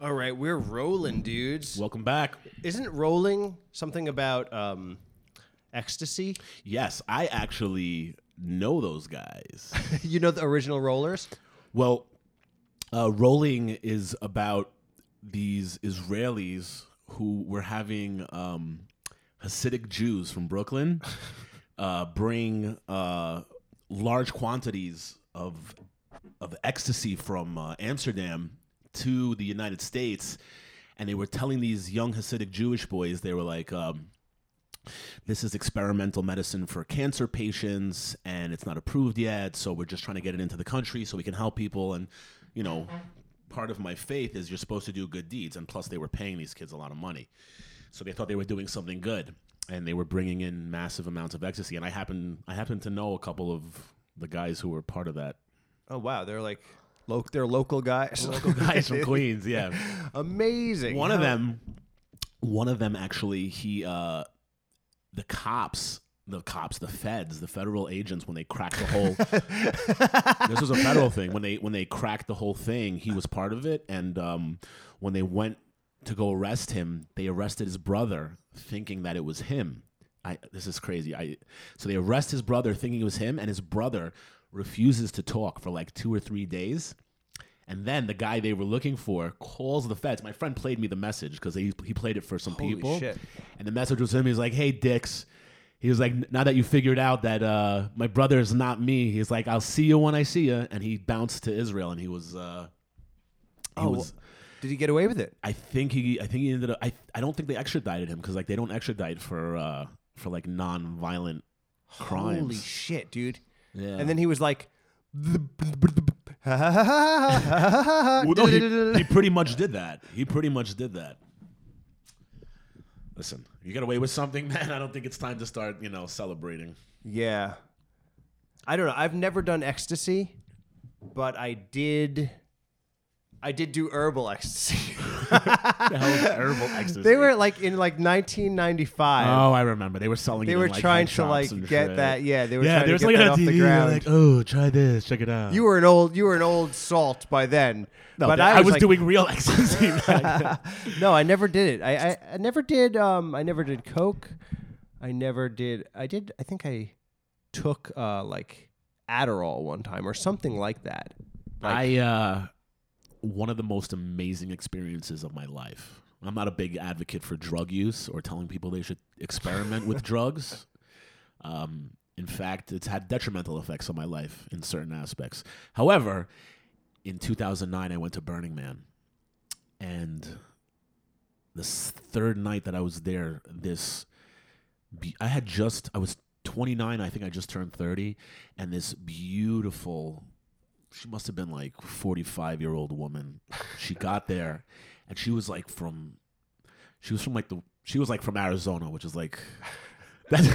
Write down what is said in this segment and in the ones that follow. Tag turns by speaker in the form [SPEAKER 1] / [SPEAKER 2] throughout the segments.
[SPEAKER 1] All right, we're rolling, dudes.
[SPEAKER 2] Welcome back.
[SPEAKER 1] Isn't rolling something about um, ecstasy?
[SPEAKER 2] Yes, I actually know those guys.
[SPEAKER 1] you know the original rollers?
[SPEAKER 2] well, uh, rolling is about these Israelis who were having um, Hasidic Jews from Brooklyn uh, bring uh, large quantities of of ecstasy from uh, Amsterdam to the United States, and they were telling these young Hasidic Jewish boys they were like. Um, this is experimental medicine for cancer patients and it's not approved yet so we're just trying to get it into the country so we can help people and you know part of my faith is you're supposed to do good deeds and plus they were paying these kids a lot of money so they thought they were doing something good and they were bringing in massive amounts of ecstasy and i happen i happen to know a couple of the guys who were part of that
[SPEAKER 1] Oh wow, they're like lo- they're local guys. Local
[SPEAKER 2] guys from queens yeah
[SPEAKER 1] Amazing.
[SPEAKER 2] One of them, one of them actually, he, uh, the cops, the cops, the feds, the federal agents, when they cracked the whole, this was a federal thing. When they when they cracked the whole thing, he was part of it, and um, when they went to go arrest him, they arrested his brother, thinking that it was him. I, this is crazy. I so they arrest his brother, thinking it was him, and his brother refuses to talk for like two or three days. And then the guy they were looking for calls the feds. My friend played me the message because he, he played it for some
[SPEAKER 1] Holy
[SPEAKER 2] people.
[SPEAKER 1] shit.
[SPEAKER 2] And the message was him. He was like, hey, dicks. He was like, now that you figured out that uh, my brother is not me, he's like, I'll see you when I see you. And he bounced to Israel and he was. Uh, he
[SPEAKER 1] Oh,
[SPEAKER 2] was,
[SPEAKER 1] did he get away with it?
[SPEAKER 2] I think he. I think he ended up. I. I don't think they extradited him because like they don't extradite for uh for like non-violent crimes.
[SPEAKER 1] Holy shit, dude.
[SPEAKER 2] Yeah.
[SPEAKER 1] And then he was like
[SPEAKER 2] Well, no, he, he pretty much did that. He pretty much did that. Listen, you got away with something, man. I don't think it's time to start, you know, celebrating.
[SPEAKER 1] Yeah. I don't know. I've never done ecstasy, but I did I did do herbal ecstasy.
[SPEAKER 2] Herbal ecstasy.
[SPEAKER 1] they were like in like 1995.
[SPEAKER 2] Oh, I remember. They were selling.
[SPEAKER 1] They
[SPEAKER 2] it
[SPEAKER 1] were
[SPEAKER 2] in, like,
[SPEAKER 1] trying
[SPEAKER 2] head
[SPEAKER 1] to
[SPEAKER 2] shops
[SPEAKER 1] like
[SPEAKER 2] and
[SPEAKER 1] get
[SPEAKER 2] shit.
[SPEAKER 1] that. Yeah, they were
[SPEAKER 2] Yeah,
[SPEAKER 1] trying
[SPEAKER 2] they
[SPEAKER 1] to
[SPEAKER 2] were
[SPEAKER 1] get
[SPEAKER 2] selling it
[SPEAKER 1] that
[SPEAKER 2] on
[SPEAKER 1] off the
[SPEAKER 2] TV. They're
[SPEAKER 1] ground.
[SPEAKER 2] Like, oh, try this. Check it out.
[SPEAKER 1] you were an old you were an old salt by then.
[SPEAKER 2] No,
[SPEAKER 1] but
[SPEAKER 2] they-
[SPEAKER 1] I was, like-
[SPEAKER 2] doing real ecstasy. back then.
[SPEAKER 1] No, I never did it. I, I I never did um I never did coke. I never did. I did. I think I took uh like Adderall one time or something like that. Like,
[SPEAKER 2] I uh one of the most amazing experiences of my life. I'm not a big advocate for drug use or telling people they should experiment with drugs. Um in fact, it's had detrimental effects on my life in certain aspects. However, in 2009 I went to Burning Man and this third night that I was there, this be- I had just I was 29, I think I just turned 30, and this beautiful she must have been like 45 year old woman she got there and she was like from she was from like the she was like from arizona which is like that's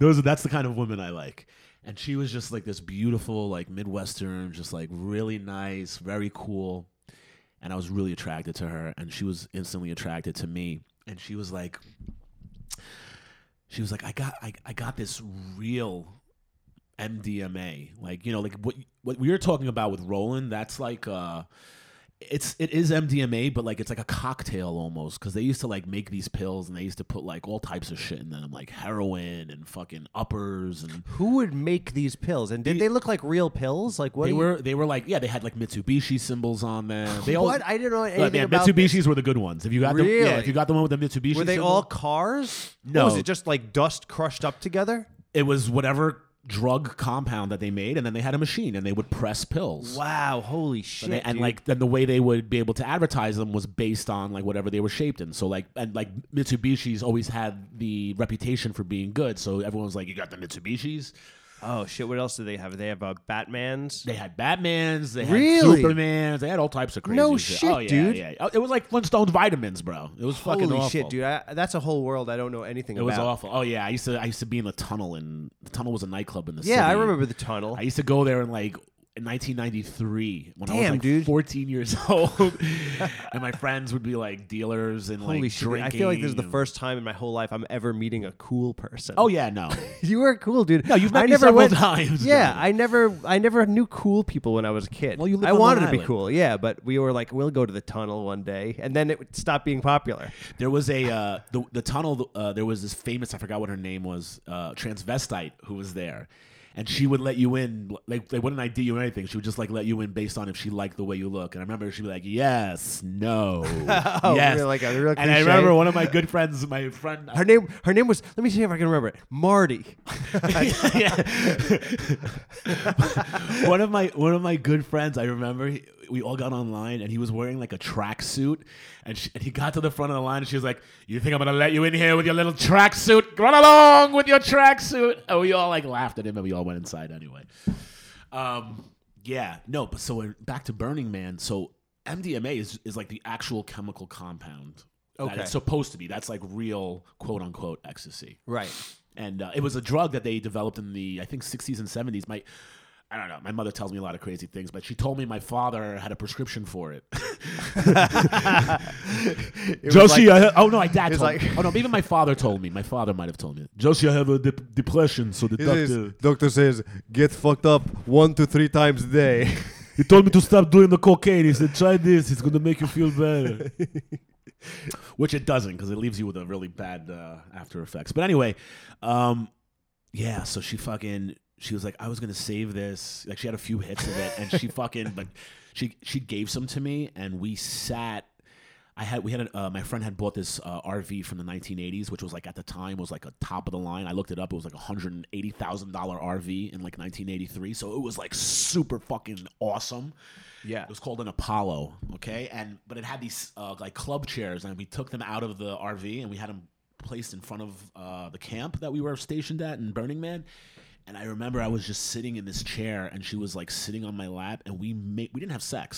[SPEAKER 2] those are that's the kind of woman i like and she was just like this beautiful like midwestern just like really nice very cool and i was really attracted to her and she was instantly attracted to me and she was like she was like i got i, I got this real MDMA. Like you know, like what what we were talking about with Roland. That's like uh, it's it is MDMA, but like it's like a cocktail almost because they used to like make these pills and they used to put like all types of shit in them, like heroin and fucking uppers and.
[SPEAKER 1] who would make these pills? And did they look like real pills? Like what?
[SPEAKER 2] They
[SPEAKER 1] do you-
[SPEAKER 2] were they were like yeah they had like Mitsubishi symbols on them. They
[SPEAKER 1] What?
[SPEAKER 2] all
[SPEAKER 1] I didn't know
[SPEAKER 2] But,
[SPEAKER 1] anything
[SPEAKER 2] man,
[SPEAKER 1] about
[SPEAKER 2] Mitsubishis were the good ones. If you got the yeah,
[SPEAKER 1] Really?
[SPEAKER 2] if you got the one with the Mitsubishi,
[SPEAKER 1] were they
[SPEAKER 2] symbol-
[SPEAKER 1] all cars? Or
[SPEAKER 2] No.
[SPEAKER 1] was it just like dust crushed up together?
[SPEAKER 2] It was whatever drug compound that they made, and then they had a machine and they would press pills.
[SPEAKER 1] Wow! Holy shit!
[SPEAKER 2] and, they- and, like then the way they would be able to advertise them was based on like whatever they were shaped in. So like and like Mitsubishi's always had the reputation for being good. So everyone was like, "You got the Mitsubishi's."
[SPEAKER 1] oh shit! What else do they have? They have uh, Batman's.
[SPEAKER 2] They had Batmans, they had
[SPEAKER 1] Really?
[SPEAKER 2] Supermans, they had all types of crazy.
[SPEAKER 1] No shit,
[SPEAKER 2] oh, yeah,
[SPEAKER 1] dude.
[SPEAKER 2] Yeah. Oh, It was like Flintstones vitamins, bro. It was fucking
[SPEAKER 1] Holy
[SPEAKER 2] awful.
[SPEAKER 1] shit, dude! I, that's a whole world I don't know anything
[SPEAKER 2] It
[SPEAKER 1] about.
[SPEAKER 2] was awful. Oh yeah, I used to I used to be in the tunnel, and the tunnel was a nightclub in the city.
[SPEAKER 1] Yeah, I remember the tunnel.
[SPEAKER 2] I used to go there and like in 1993 when I was
[SPEAKER 1] Damn,
[SPEAKER 2] like
[SPEAKER 1] dude.
[SPEAKER 2] 14 years old, and my friends would be like dealers and
[SPEAKER 1] Holy
[SPEAKER 2] like
[SPEAKER 1] shit!
[SPEAKER 2] drinking.
[SPEAKER 1] I feel like this is the
[SPEAKER 2] and-
[SPEAKER 1] first time in my whole life I'm ever meeting a cool person.
[SPEAKER 2] Oh yeah, no,
[SPEAKER 1] you were cool, dude.
[SPEAKER 2] no, you've met
[SPEAKER 1] I
[SPEAKER 2] me
[SPEAKER 1] never
[SPEAKER 2] several
[SPEAKER 1] went.
[SPEAKER 2] times.
[SPEAKER 1] Yeah, I never, I never knew cool people when I was a kid.
[SPEAKER 2] Well, you live
[SPEAKER 1] I
[SPEAKER 2] on
[SPEAKER 1] wanted
[SPEAKER 2] Long
[SPEAKER 1] to be
[SPEAKER 2] Island.
[SPEAKER 1] cool, yeah, but we were like, we'll go to the tunnel one day, and then it stopped being popular.
[SPEAKER 2] There was a uh, the the tunnel. Uh, there was this famous. I forgot what her name was. Uh, transvestite who was there, and she would let you in. Like they wouldn't ID you or anything. She would just like let you in based on if she liked the way you look. And I remember she'd be like, "Yes, no, yes."
[SPEAKER 1] Oh, really, like a real
[SPEAKER 2] and I
[SPEAKER 1] cliche.
[SPEAKER 2] remember one of my good friends, my friend.
[SPEAKER 1] Her name, her name was. Let me see if I can remember it. Marty.
[SPEAKER 2] Yeah. one of my one of my good friends, I remember he, we all got online and he was wearing like a tracksuit, and, she- and he got to the front of the line and she was like, "You think I'm gonna let you in here with your little tracksuit? Run along with your tracksuit!" And we all like laughed at him and we all went inside anyway. Um, yeah, no, but so uh, back to Burning Man. So MDMA is is like the actual chemical compound. That
[SPEAKER 1] Okay.
[SPEAKER 2] it's supposed to be. That's like real quote unquote ecstasy
[SPEAKER 1] right.
[SPEAKER 2] and uh, it was a drug that they developed in the I think 60s and 70s. My I don't know. My mother tells me a lot of crazy things, but she told me my father had a prescription for it.
[SPEAKER 1] It was
[SPEAKER 2] Josie,
[SPEAKER 1] like-
[SPEAKER 2] I ha- oh no, my dad
[SPEAKER 1] was
[SPEAKER 2] told me.
[SPEAKER 1] like-
[SPEAKER 2] Oh no, even my father told me. My father might have told me. Josie, I have a dep- depression, so the doctor
[SPEAKER 1] doctor says get fucked up one to three times a day.
[SPEAKER 2] he told me to stop doing the cocaine. He said, "Try this; it's gonna make you feel better." Which it doesn't, because it leaves you with a really bad uh, after effects. But anyway, um, yeah. So she fucking she was like, "I was gonna save this." Like she had a few hits of it, and she fucking like she she gave some to me, and we sat. I had we had an, uh, my friend had bought this uh, RV from the 1980s, which was like at the time was like a top of the line. I looked it up; it was like a hundred and eighty thousand dollar RV in like 1983, so it was like super fucking awesome.
[SPEAKER 1] yeah.
[SPEAKER 2] It was called an Apollo, okay? And but it had these uh, like club chairs, and we took them out of the RV and we had them placed in front of uh, the camp that we were stationed at in Burning Man. And I remember I was just sitting in this chair, and she was like sitting on my lap, and we made we didn't have sex,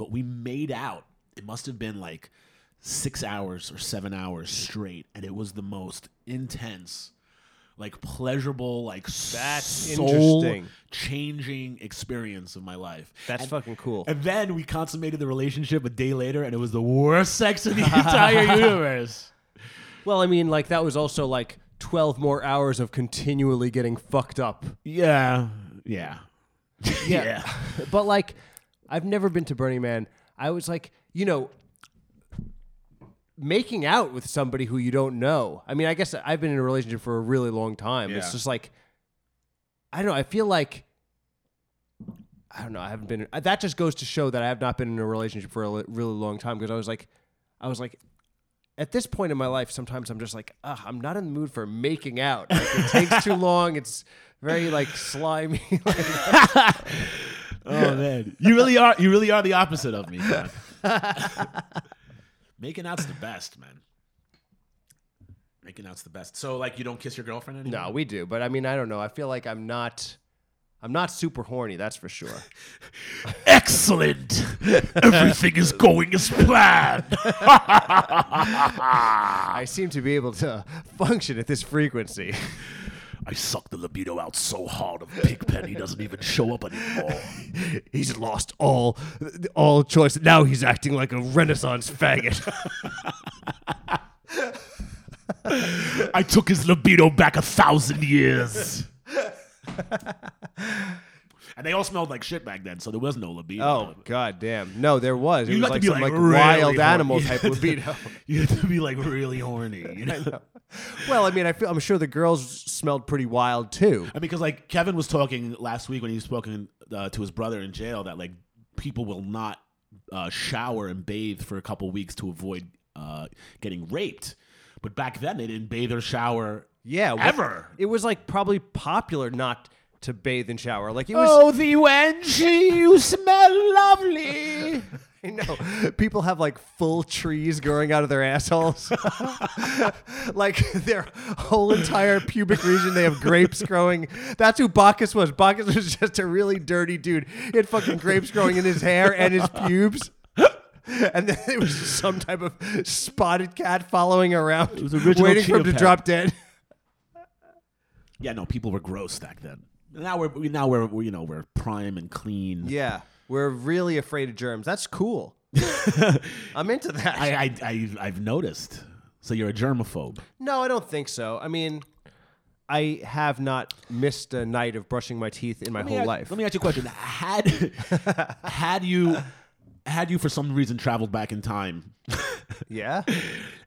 [SPEAKER 2] but we made out. It must have been like six hours or seven hours straight, and it was the most intense. Like pleasurable, like
[SPEAKER 1] That's
[SPEAKER 2] soul
[SPEAKER 1] interesting.
[SPEAKER 2] changing experience of my life.
[SPEAKER 1] That's
[SPEAKER 2] And-
[SPEAKER 1] fucking cool.
[SPEAKER 2] and then we consummated the relationship a day later, and it was the worst sex in the entire universe.
[SPEAKER 1] Well, I mean, like that was also like twelve more hours of continually getting fucked up.
[SPEAKER 2] Yeah. Yeah.
[SPEAKER 1] Yeah. but like, I've never been to Burning Man. I was like, you know, making out with somebody who you don't know. I mean, I guess I've been in a relationship for a really long time.
[SPEAKER 2] Yeah.
[SPEAKER 1] It's just like, I don't know. I feel like. I don't know. I haven't been. That just goes to show that I have not been in a relationship for a li- really long time because I was like, I was like, at this point in my life, sometimes I'm just like, Ugh, I'm not in the mood for making out. Like, it takes too long. It's very like slimy. Like,
[SPEAKER 2] Oh man. You really are you really are the opposite of me. John. Making out's the best, man. Making out's the best. So like you don't kiss your girlfriend anymore?
[SPEAKER 1] No, we do, but I mean, I don't know. I feel like I'm not, I'm not super horny. That's for sure.
[SPEAKER 2] Excellent. Everything is going as planned.
[SPEAKER 1] I seem to be able to function at this frequency.
[SPEAKER 2] I sucked the libido out so hard of Pigpen he doesn't even show up anymore.
[SPEAKER 1] he's lost all, all choice. Now he's acting like a Renaissance faggot.
[SPEAKER 2] I took his libido back a thousand years. and they all smelled like shit back then, so there was no libido.
[SPEAKER 1] oh god damn! No, there was. It
[SPEAKER 2] You
[SPEAKER 1] was
[SPEAKER 2] got to
[SPEAKER 1] like
[SPEAKER 2] be,
[SPEAKER 1] some
[SPEAKER 2] like,
[SPEAKER 1] like,
[SPEAKER 2] really
[SPEAKER 1] wild
[SPEAKER 2] horny.
[SPEAKER 1] animal
[SPEAKER 2] Yeah.
[SPEAKER 1] type libido.
[SPEAKER 2] you had to be like really horny. You know? I mean,
[SPEAKER 1] well, I mean, I feel I'm sure the girls smelled pretty wild too.
[SPEAKER 2] because like Kevin was talking last week when he was talking uh, to his brother in jail that like people will not uh, shower and bathe for a couple weeks to avoid uh, getting raped. But back then they didn't bathe or shower.
[SPEAKER 1] Yeah, well,
[SPEAKER 2] Ever.
[SPEAKER 1] It was like probably popular not to bathe and shower. Like it was.
[SPEAKER 2] Oh, the wench, you smell lovely.
[SPEAKER 1] I know. People have like full trees growing out of their assholes. like their whole entire pubic region, they have grapes growing. That's who Bacchus was. Bacchus was just a really dirty dude. He had fucking grapes growing in his hair and his pubes. And then it was just some type of spotted cat following around,
[SPEAKER 2] was original
[SPEAKER 1] waiting for him to
[SPEAKER 2] Cheetah Pet.
[SPEAKER 1] drop dead.
[SPEAKER 2] Yeah, no, people were gross back then. now we're we- now we're, we you know we're prime and clean.
[SPEAKER 1] Yeah, we're really afraid of germs. That's cool. I'm into that.
[SPEAKER 2] I, I I I've noticed. So you're a germaphobe.
[SPEAKER 1] no, I don't think so. I mean, I have not missed a night of brushing my teeth in my
[SPEAKER 2] Let me
[SPEAKER 1] whole
[SPEAKER 2] ask-
[SPEAKER 1] life.
[SPEAKER 2] Let me ask you a question. Had had you had you for some reason traveled back in time
[SPEAKER 1] yeah.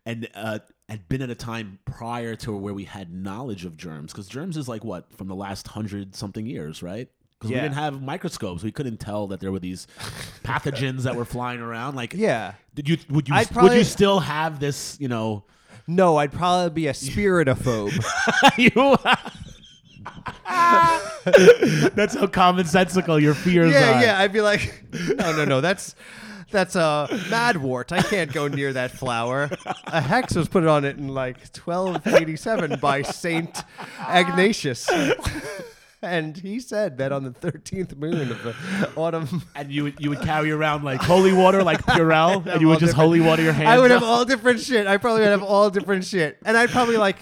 [SPEAKER 2] and uh, had been at a time prior to where we had knowledge of germs because germs is like what from the last hundred something years, right? Because
[SPEAKER 1] Yeah.
[SPEAKER 2] we didn't have microscopes, we couldn't tell that there were these pathogens that were flying around. Like,
[SPEAKER 1] Yeah.
[SPEAKER 2] did you would you
[SPEAKER 1] I'd
[SPEAKER 2] would
[SPEAKER 1] probably-
[SPEAKER 2] you still have this? You know,
[SPEAKER 1] No, I'd probably be a spiritophobe.
[SPEAKER 2] you. That's how commonsensical your fears
[SPEAKER 1] yeah,
[SPEAKER 2] are.
[SPEAKER 1] yeah. I'd be like, no, no, no. That's that's a madwort. I can't go near that flower. A hex was put on it in like 1287 by Saint Ignatius. And he said that on the 13th moon of the autumn
[SPEAKER 2] and you would you would carry around like holy water, like Purell, and you would
[SPEAKER 1] all
[SPEAKER 2] just
[SPEAKER 1] different-
[SPEAKER 2] holy water your hands.
[SPEAKER 1] I would
[SPEAKER 2] up.
[SPEAKER 1] have all different shit. I probably would have all different shit, and I'd probably like,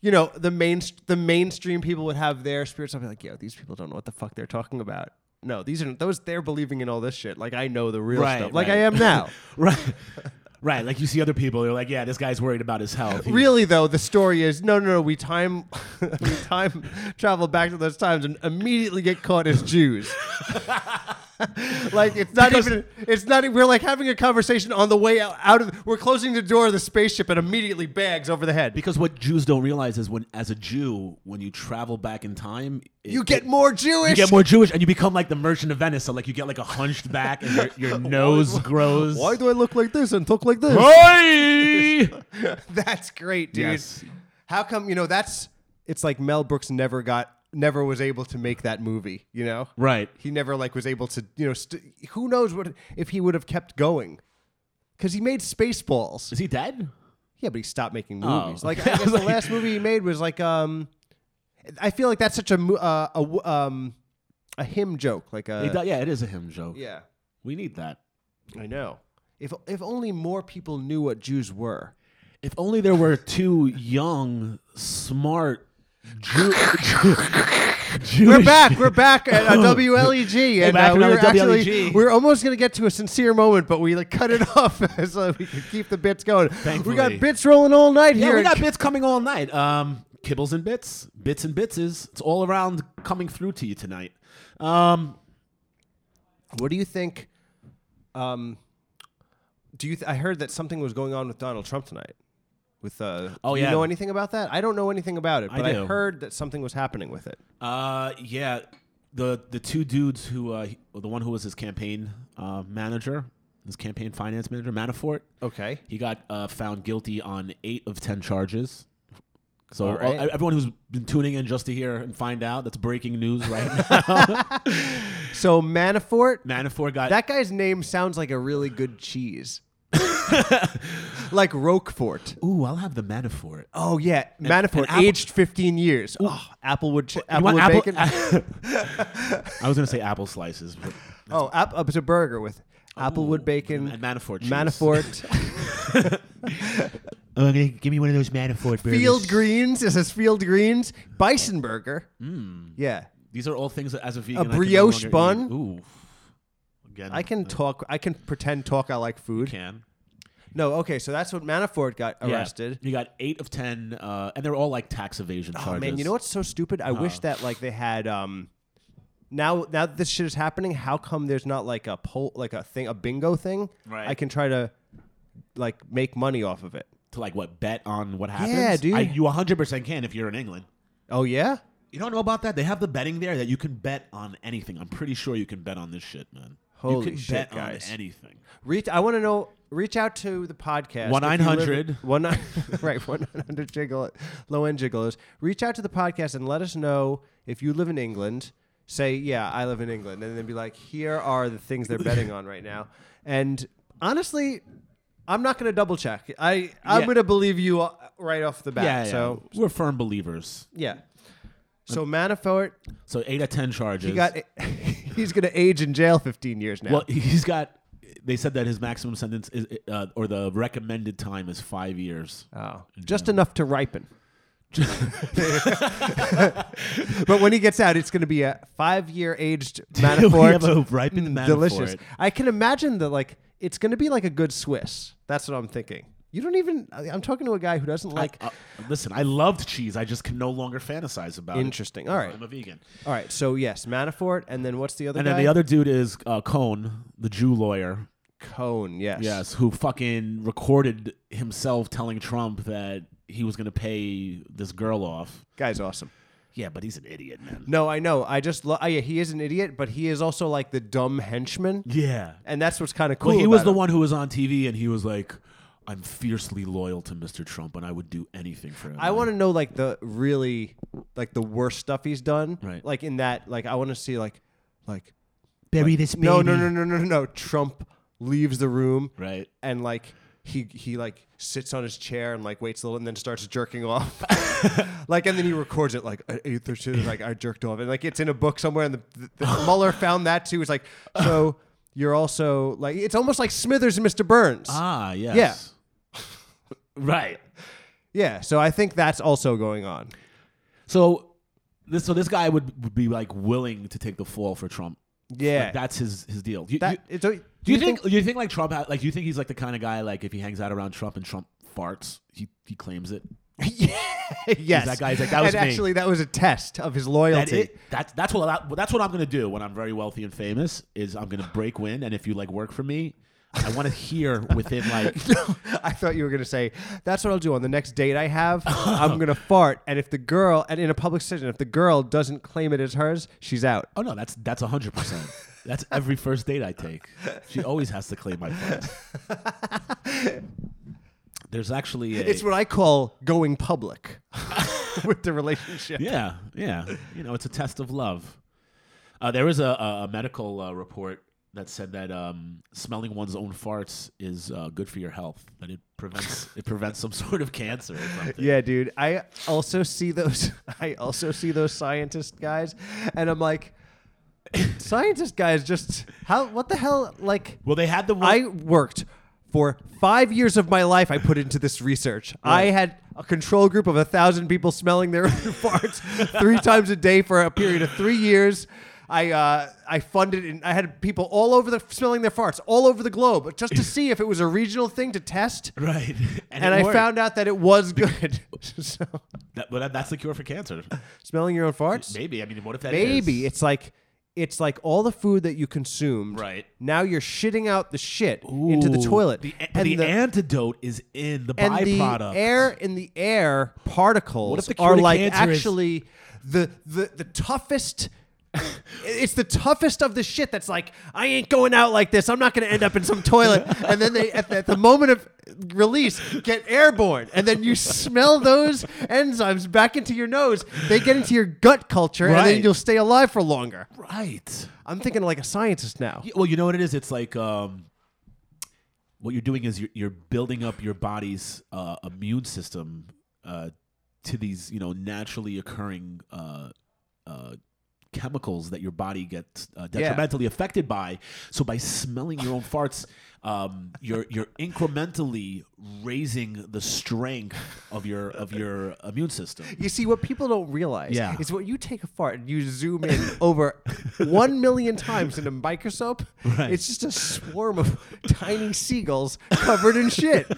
[SPEAKER 1] you know, the main the mainstream people would have their spirits. I'd be like, yo, these people don't know what the fuck they're talking about. No, these are those they're believing in all this shit. Like I know the real
[SPEAKER 2] Right,
[SPEAKER 1] stuff. Like I
[SPEAKER 2] right.
[SPEAKER 1] am now.
[SPEAKER 2] right, right. Like you see other people, they're like, yeah, this guy's worried about his health. He-
[SPEAKER 1] really though, the story is no, no, no. We time we time travel back to those times and immediately get caught as Jews. Like it's not even it's not e- we're like having a conversation on the way out, out of we're closing the door of the spaceship and immediately bags over the head.
[SPEAKER 2] because what Jews don't realize is when, as a Jew, when you travel back in time, it-
[SPEAKER 1] You get more Jewish.
[SPEAKER 2] you get more Jewish, and you become like the Merchant of Venice. So like you get like a hunched back, and your, your nose grows.
[SPEAKER 1] Why do I look like this and talk like this?
[SPEAKER 2] Hey!
[SPEAKER 1] that's great, dude.
[SPEAKER 2] Yes.
[SPEAKER 1] How come you know that's? It's like Mel Brooks never got, never was able to make that movie. You know,
[SPEAKER 2] Right.
[SPEAKER 1] he never like was able to. You know, st- who knows what if he would have kept going? Because he made Spaceballs.
[SPEAKER 2] Is he dead?
[SPEAKER 1] Yeah, but he stopped making
[SPEAKER 2] Oh.
[SPEAKER 1] movies. Like I guess the last movie he made was like um, I feel like that's such a mo- uh, a w- um a hymn joke like
[SPEAKER 2] He
[SPEAKER 1] a
[SPEAKER 2] di- yeah, it is a him joke.
[SPEAKER 1] yeah.
[SPEAKER 2] We need that.
[SPEAKER 1] I know. If if only more people knew what Jews were.
[SPEAKER 2] If only there were two young, smart Jew- Jewish.
[SPEAKER 1] We're back. We're back at uh, WLEG, and
[SPEAKER 2] back
[SPEAKER 1] uh, we
[SPEAKER 2] around
[SPEAKER 1] were
[SPEAKER 2] at
[SPEAKER 1] actually
[SPEAKER 2] WLEG.
[SPEAKER 1] we are almost going to get to a sincere moment, but we like cut it off so we could keep the bits going. We
[SPEAKER 2] Thankfully.
[SPEAKER 1] got bits rolling all night
[SPEAKER 2] Yeah,
[SPEAKER 1] here.
[SPEAKER 2] we got bits coming all night. Um, kibbles and bits, bits and bitses. It's all around coming through to you tonight. Um,
[SPEAKER 1] what do you think? Um, do you? Th- I heard that something was going on with Donald Trump tonight. With uh,
[SPEAKER 2] Oh,
[SPEAKER 1] do
[SPEAKER 2] yeah.
[SPEAKER 1] you know anything about that? I don't know anything about it,
[SPEAKER 2] I
[SPEAKER 1] but I,
[SPEAKER 2] do.
[SPEAKER 1] heard that something was happening with it.
[SPEAKER 2] uh, yeah, the the two dudes who uh, he- the one who was his campaign uh, manager, his campaign finance manager, Manafort.
[SPEAKER 1] Okay.
[SPEAKER 2] He got uh, found guilty on eight of ten charges. So
[SPEAKER 1] All right.
[SPEAKER 2] uh, everyone who's been tuning in just to hear and find out, that's breaking news right now.
[SPEAKER 1] So Manafort,
[SPEAKER 2] Manafort got
[SPEAKER 1] That guy's name sounds like a really good cheese. like Roquefort.
[SPEAKER 2] ooh, I'll have the Manafort.
[SPEAKER 1] Oh yeah, Manafort
[SPEAKER 2] and apple-
[SPEAKER 1] aged 15 years. Oh, applewood chi-
[SPEAKER 2] You want
[SPEAKER 1] applewood
[SPEAKER 2] apple-
[SPEAKER 1] bacon.
[SPEAKER 2] I was gonna say apple slices, but
[SPEAKER 1] oh, app- uh, it's a burger with applewood
[SPEAKER 2] Ooh,
[SPEAKER 1] bacon,
[SPEAKER 2] and Manafort. Cheese.
[SPEAKER 1] Mm. Manafort,
[SPEAKER 2] Oh, I'm gonna give me one of those Manafort burgers.
[SPEAKER 1] Field Greens. It says Field Greens, Bison Burger.
[SPEAKER 2] Hmm.
[SPEAKER 1] Yeah,
[SPEAKER 2] These are all things that, as a vegan,
[SPEAKER 1] A
[SPEAKER 2] I can no
[SPEAKER 1] brioche
[SPEAKER 2] longer
[SPEAKER 1] bun?
[SPEAKER 2] eat. Ooh, again,
[SPEAKER 1] I can talk. I can pretend talk. I like food.
[SPEAKER 2] can.
[SPEAKER 1] No, okay. So that's what Manafort got
[SPEAKER 2] Yeah.
[SPEAKER 1] arrested.
[SPEAKER 2] You got eight of ten, uh, and they're all like tax evasion
[SPEAKER 1] Oh
[SPEAKER 2] charges. Oh.
[SPEAKER 1] man, you know what's so stupid? I wish that like they had um now now that this shit is happening, how come there's not like a poll like a thing a bingo thing?
[SPEAKER 2] Right.
[SPEAKER 1] I can try to like make money off of it.
[SPEAKER 2] To like what bet on what happens?
[SPEAKER 1] dude.
[SPEAKER 2] I, you 100 percent can if you're in England.
[SPEAKER 1] Oh yeah?
[SPEAKER 2] You don't know about that? They have the betting there that you can bet on anything. I'm pretty sure you can bet on this shit, man.
[SPEAKER 1] Holy
[SPEAKER 2] you can
[SPEAKER 1] shit,
[SPEAKER 2] bet
[SPEAKER 1] guys.
[SPEAKER 2] on anything.
[SPEAKER 1] Reach I wanna know reach out to the podcast.
[SPEAKER 2] 1-900.
[SPEAKER 1] One nine right, one nine hundred jiggle low end gigolos. Reach out to the podcast and let us know if you live in England. Say, yeah, I live in England, and then be like, here are the things they're betting on right now. And honestly, I'm not going to double check. I I'm
[SPEAKER 2] Yeah.
[SPEAKER 1] going to believe you uh, right off the bat. so
[SPEAKER 2] we're firm believers.
[SPEAKER 1] yeah. So Manafort,
[SPEAKER 2] So eight of ten charges.
[SPEAKER 1] he got he's going to age in jail 15 years now.
[SPEAKER 2] Well, he's got. They said that his maximum sentence is, uh, or the recommended time is five years.
[SPEAKER 1] Oh. Just enough to ripen. But when he gets out, it's going to be a five-year aged
[SPEAKER 2] we
[SPEAKER 1] Manafort. Mm,
[SPEAKER 2] have a ripened Manafort.
[SPEAKER 1] delicious. I can imagine that like it's going to be like a good Swiss. That's what I'm thinking. You don't even. I- I'm talking to a guy who doesn't like.
[SPEAKER 2] Like, uh, listen, I loved cheese. I just can no longer fantasize about
[SPEAKER 1] Interesting.
[SPEAKER 2] it.
[SPEAKER 1] All right.
[SPEAKER 2] I'm a vegan.
[SPEAKER 1] All right. So yes, Manafort, and then what's the other?
[SPEAKER 2] And
[SPEAKER 1] guy?
[SPEAKER 2] then the other dude is uh, Cohn, the Jew lawyer.
[SPEAKER 1] Cone. Yes.
[SPEAKER 2] Yes, who fucking recorded himself telling Trump that he was going to pay this girl off.
[SPEAKER 1] Guy's awesome.
[SPEAKER 2] Yeah, but he's an idiot, man.
[SPEAKER 1] No, I know. I just. Lo- oh, yeah, he is an idiot, but he is also like the dumb henchman,
[SPEAKER 2] Yeah.
[SPEAKER 1] and that's what's kind of cool.
[SPEAKER 2] Well, he was
[SPEAKER 1] about
[SPEAKER 2] the
[SPEAKER 1] him.
[SPEAKER 2] one who was on TV and he was like, I'm fiercely loyal to Mr. Trump and I would do anything for him.
[SPEAKER 1] I want to know like the really like the worst stuff he's done.
[SPEAKER 2] Right.
[SPEAKER 1] Like in that. Like I want to see like like
[SPEAKER 2] bury this baby.
[SPEAKER 1] no no no no no no no. Trump leaves the room
[SPEAKER 2] Right.
[SPEAKER 1] and like he he like sits on his chair and like waits a little and then starts jerking off like and then he records it like at 8:32 like I jerked off and like it's in a book somewhere and the, the, Mueller found that too it's like so you're also like it's almost like Smithers and Mr. Burns
[SPEAKER 2] Ah, yes. Yeah. right.
[SPEAKER 1] yeah so I think that's also going on
[SPEAKER 2] So this so this guy would, would be like willing to take the fall for Trump.
[SPEAKER 1] yeah
[SPEAKER 2] Like, that's his his deal. You-
[SPEAKER 1] that
[SPEAKER 2] you-
[SPEAKER 1] it's a-
[SPEAKER 2] do you, think, you think like Trump ha- like do you think he's like the kind of guy like if he hangs out around Trump and Trump farts, he he claims it.
[SPEAKER 1] yes
[SPEAKER 2] that guy's like, that was
[SPEAKER 1] and
[SPEAKER 2] me.
[SPEAKER 1] actually that was a test of his
[SPEAKER 2] That
[SPEAKER 1] loyalty
[SPEAKER 2] it, that's that's what I, that's what I'm gonna do when I'm very wealthy and famous is I'm gonna break wind and if you like work for me, I want to hear within like
[SPEAKER 1] I thought you were gonna say that's what I'll do on the next date I have. I'm gonna fart, and if the girl, and in a public setting, if the girl doesn't claim it as hers, she's out.
[SPEAKER 2] oh no that's that's hundred percent that's every first date I take. She always has to claim my part. There's actually a,
[SPEAKER 1] It's what I call going public with the relationship.
[SPEAKER 2] yeah yeah you know it's a test of love. Uh, there is a, a, a medical uh, report that said that um, smelling one's own farts is uh, good for your health. That it prevents it prevents some sort of cancer or something.
[SPEAKER 1] Yeah, dude. I also see those. I also see those scientist guys, and I'm like, scientist guys, just how? What the hell? Like,
[SPEAKER 2] Well, they had the one.
[SPEAKER 1] I worked for five years of my life. I put into this research. I had a control group of a thousand people smelling their own farts three times a day for a period of three years. I uh, I funded and I had people all over the smelling their farts all over the globe just to see if it was a regional thing to test.
[SPEAKER 2] Right. And,
[SPEAKER 1] And
[SPEAKER 2] it
[SPEAKER 1] I
[SPEAKER 2] worked.
[SPEAKER 1] found out that it was good. so,
[SPEAKER 2] that, but that's the cure for cancer.
[SPEAKER 1] smelling your own farts?
[SPEAKER 2] Maybe. I mean, what if that is?
[SPEAKER 1] Maybe it's like it's like all the food that you consumed.
[SPEAKER 2] Right.
[SPEAKER 1] Now you're shitting out the shit into the
[SPEAKER 2] Ooh,
[SPEAKER 1] toilet.
[SPEAKER 2] The, but the, antidote is in the
[SPEAKER 1] and
[SPEAKER 2] byproduct.
[SPEAKER 1] the air in the air particles
[SPEAKER 2] if the cure
[SPEAKER 1] are
[SPEAKER 2] to
[SPEAKER 1] like
[SPEAKER 2] cancer is-
[SPEAKER 1] actually the the the toughest it's the toughest of the shit that's like i ain't going out like this i'm not going to end up in some toilet and then they at the, at the moment of release get airborne and then you smell those enzymes back into your nose they get into your gut culture and then
[SPEAKER 2] Right.
[SPEAKER 1] you'll stay alive for longer
[SPEAKER 2] right.
[SPEAKER 1] i'm thinking like a scientist now
[SPEAKER 2] Y- Well, you know what it is? It's like um, what you're doing is you're, you're building up your body's uh, immune system uh, to these, you know, naturally occurring uh, uh, chemicals that your body gets uh, detrimentally affected by. So by smelling your own farts, um, you're you're incrementally raising the strength of your of your immune system.
[SPEAKER 1] You see, what people don't realize
[SPEAKER 2] Yeah.
[SPEAKER 1] is when you take a fart and you zoom in over one million times in a microscope,
[SPEAKER 2] Right.
[SPEAKER 1] it's just a swarm of tiny seagulls covered in shit.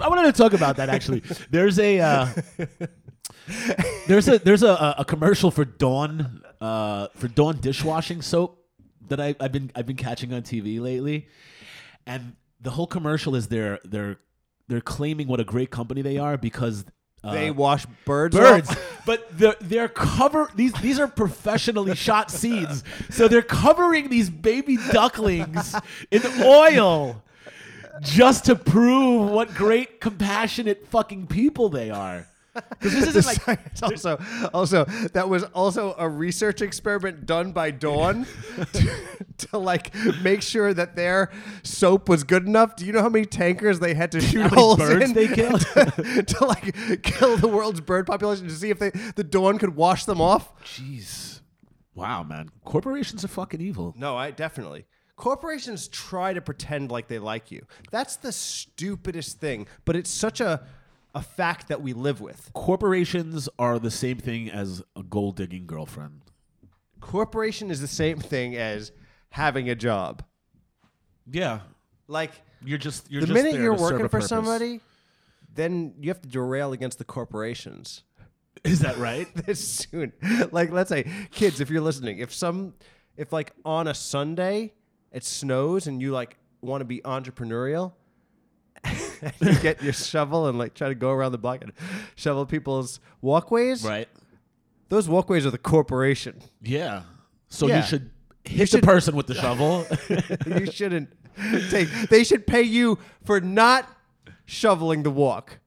[SPEAKER 2] I wanted to talk about that actually. There's a uh, there's a there's a- a, a commercial for Dawn uh, for Dawn dishwashing soap that I, I've been I've been catching on TV lately, and the whole commercial is they're they're they're claiming what a great company they are because. Uh,
[SPEAKER 1] they wash birds.
[SPEAKER 2] birds,
[SPEAKER 1] off.
[SPEAKER 2] but they're they're cover these these are professionally shot seeds, so they're covering these baby ducklings in oil just to prove what great compassionate fucking people they are. Because this isn't like
[SPEAKER 1] It's also, also that was also a research experiment done by Dawn to, to like make sure that their soap was good enough. Do you know how many tankers they had to shoot
[SPEAKER 2] many
[SPEAKER 1] holes
[SPEAKER 2] birds
[SPEAKER 1] in
[SPEAKER 2] they killed?
[SPEAKER 1] to, to, like kill the world's bird population to see if they the Dawn could wash them off?
[SPEAKER 2] jeez, wow, man, corporations are fucking evil.
[SPEAKER 1] No, I definitely. Corporations try to pretend like they like you. That's the stupidest thing, but it's such a a fact that we live with.
[SPEAKER 2] Corporations are the same thing as a gold digging girlfriend.
[SPEAKER 1] Corporation is the same thing as having a job.
[SPEAKER 2] Yeah,
[SPEAKER 1] Like
[SPEAKER 2] you're just you're
[SPEAKER 1] the
[SPEAKER 2] just
[SPEAKER 1] minute
[SPEAKER 2] there
[SPEAKER 1] you're
[SPEAKER 2] to serve
[SPEAKER 1] working
[SPEAKER 2] a
[SPEAKER 1] for
[SPEAKER 2] purpose.
[SPEAKER 1] somebody, then you have to derail against the corporations.
[SPEAKER 2] Is that right?
[SPEAKER 1] this soon. Like, let's say, kids, if you're listening, if some, if like on a Sunday it snows and you like want to be entrepreneurial, you get your shovel and like try to go around the block and shovel people's walkways.
[SPEAKER 2] right.
[SPEAKER 1] Those walkways are the corporation.
[SPEAKER 2] Yeah. So
[SPEAKER 1] Yeah.
[SPEAKER 2] you should hit
[SPEAKER 1] should-
[SPEAKER 2] the person with the shovel.
[SPEAKER 1] you shouldn't take. They should pay you for not shoveling the walk.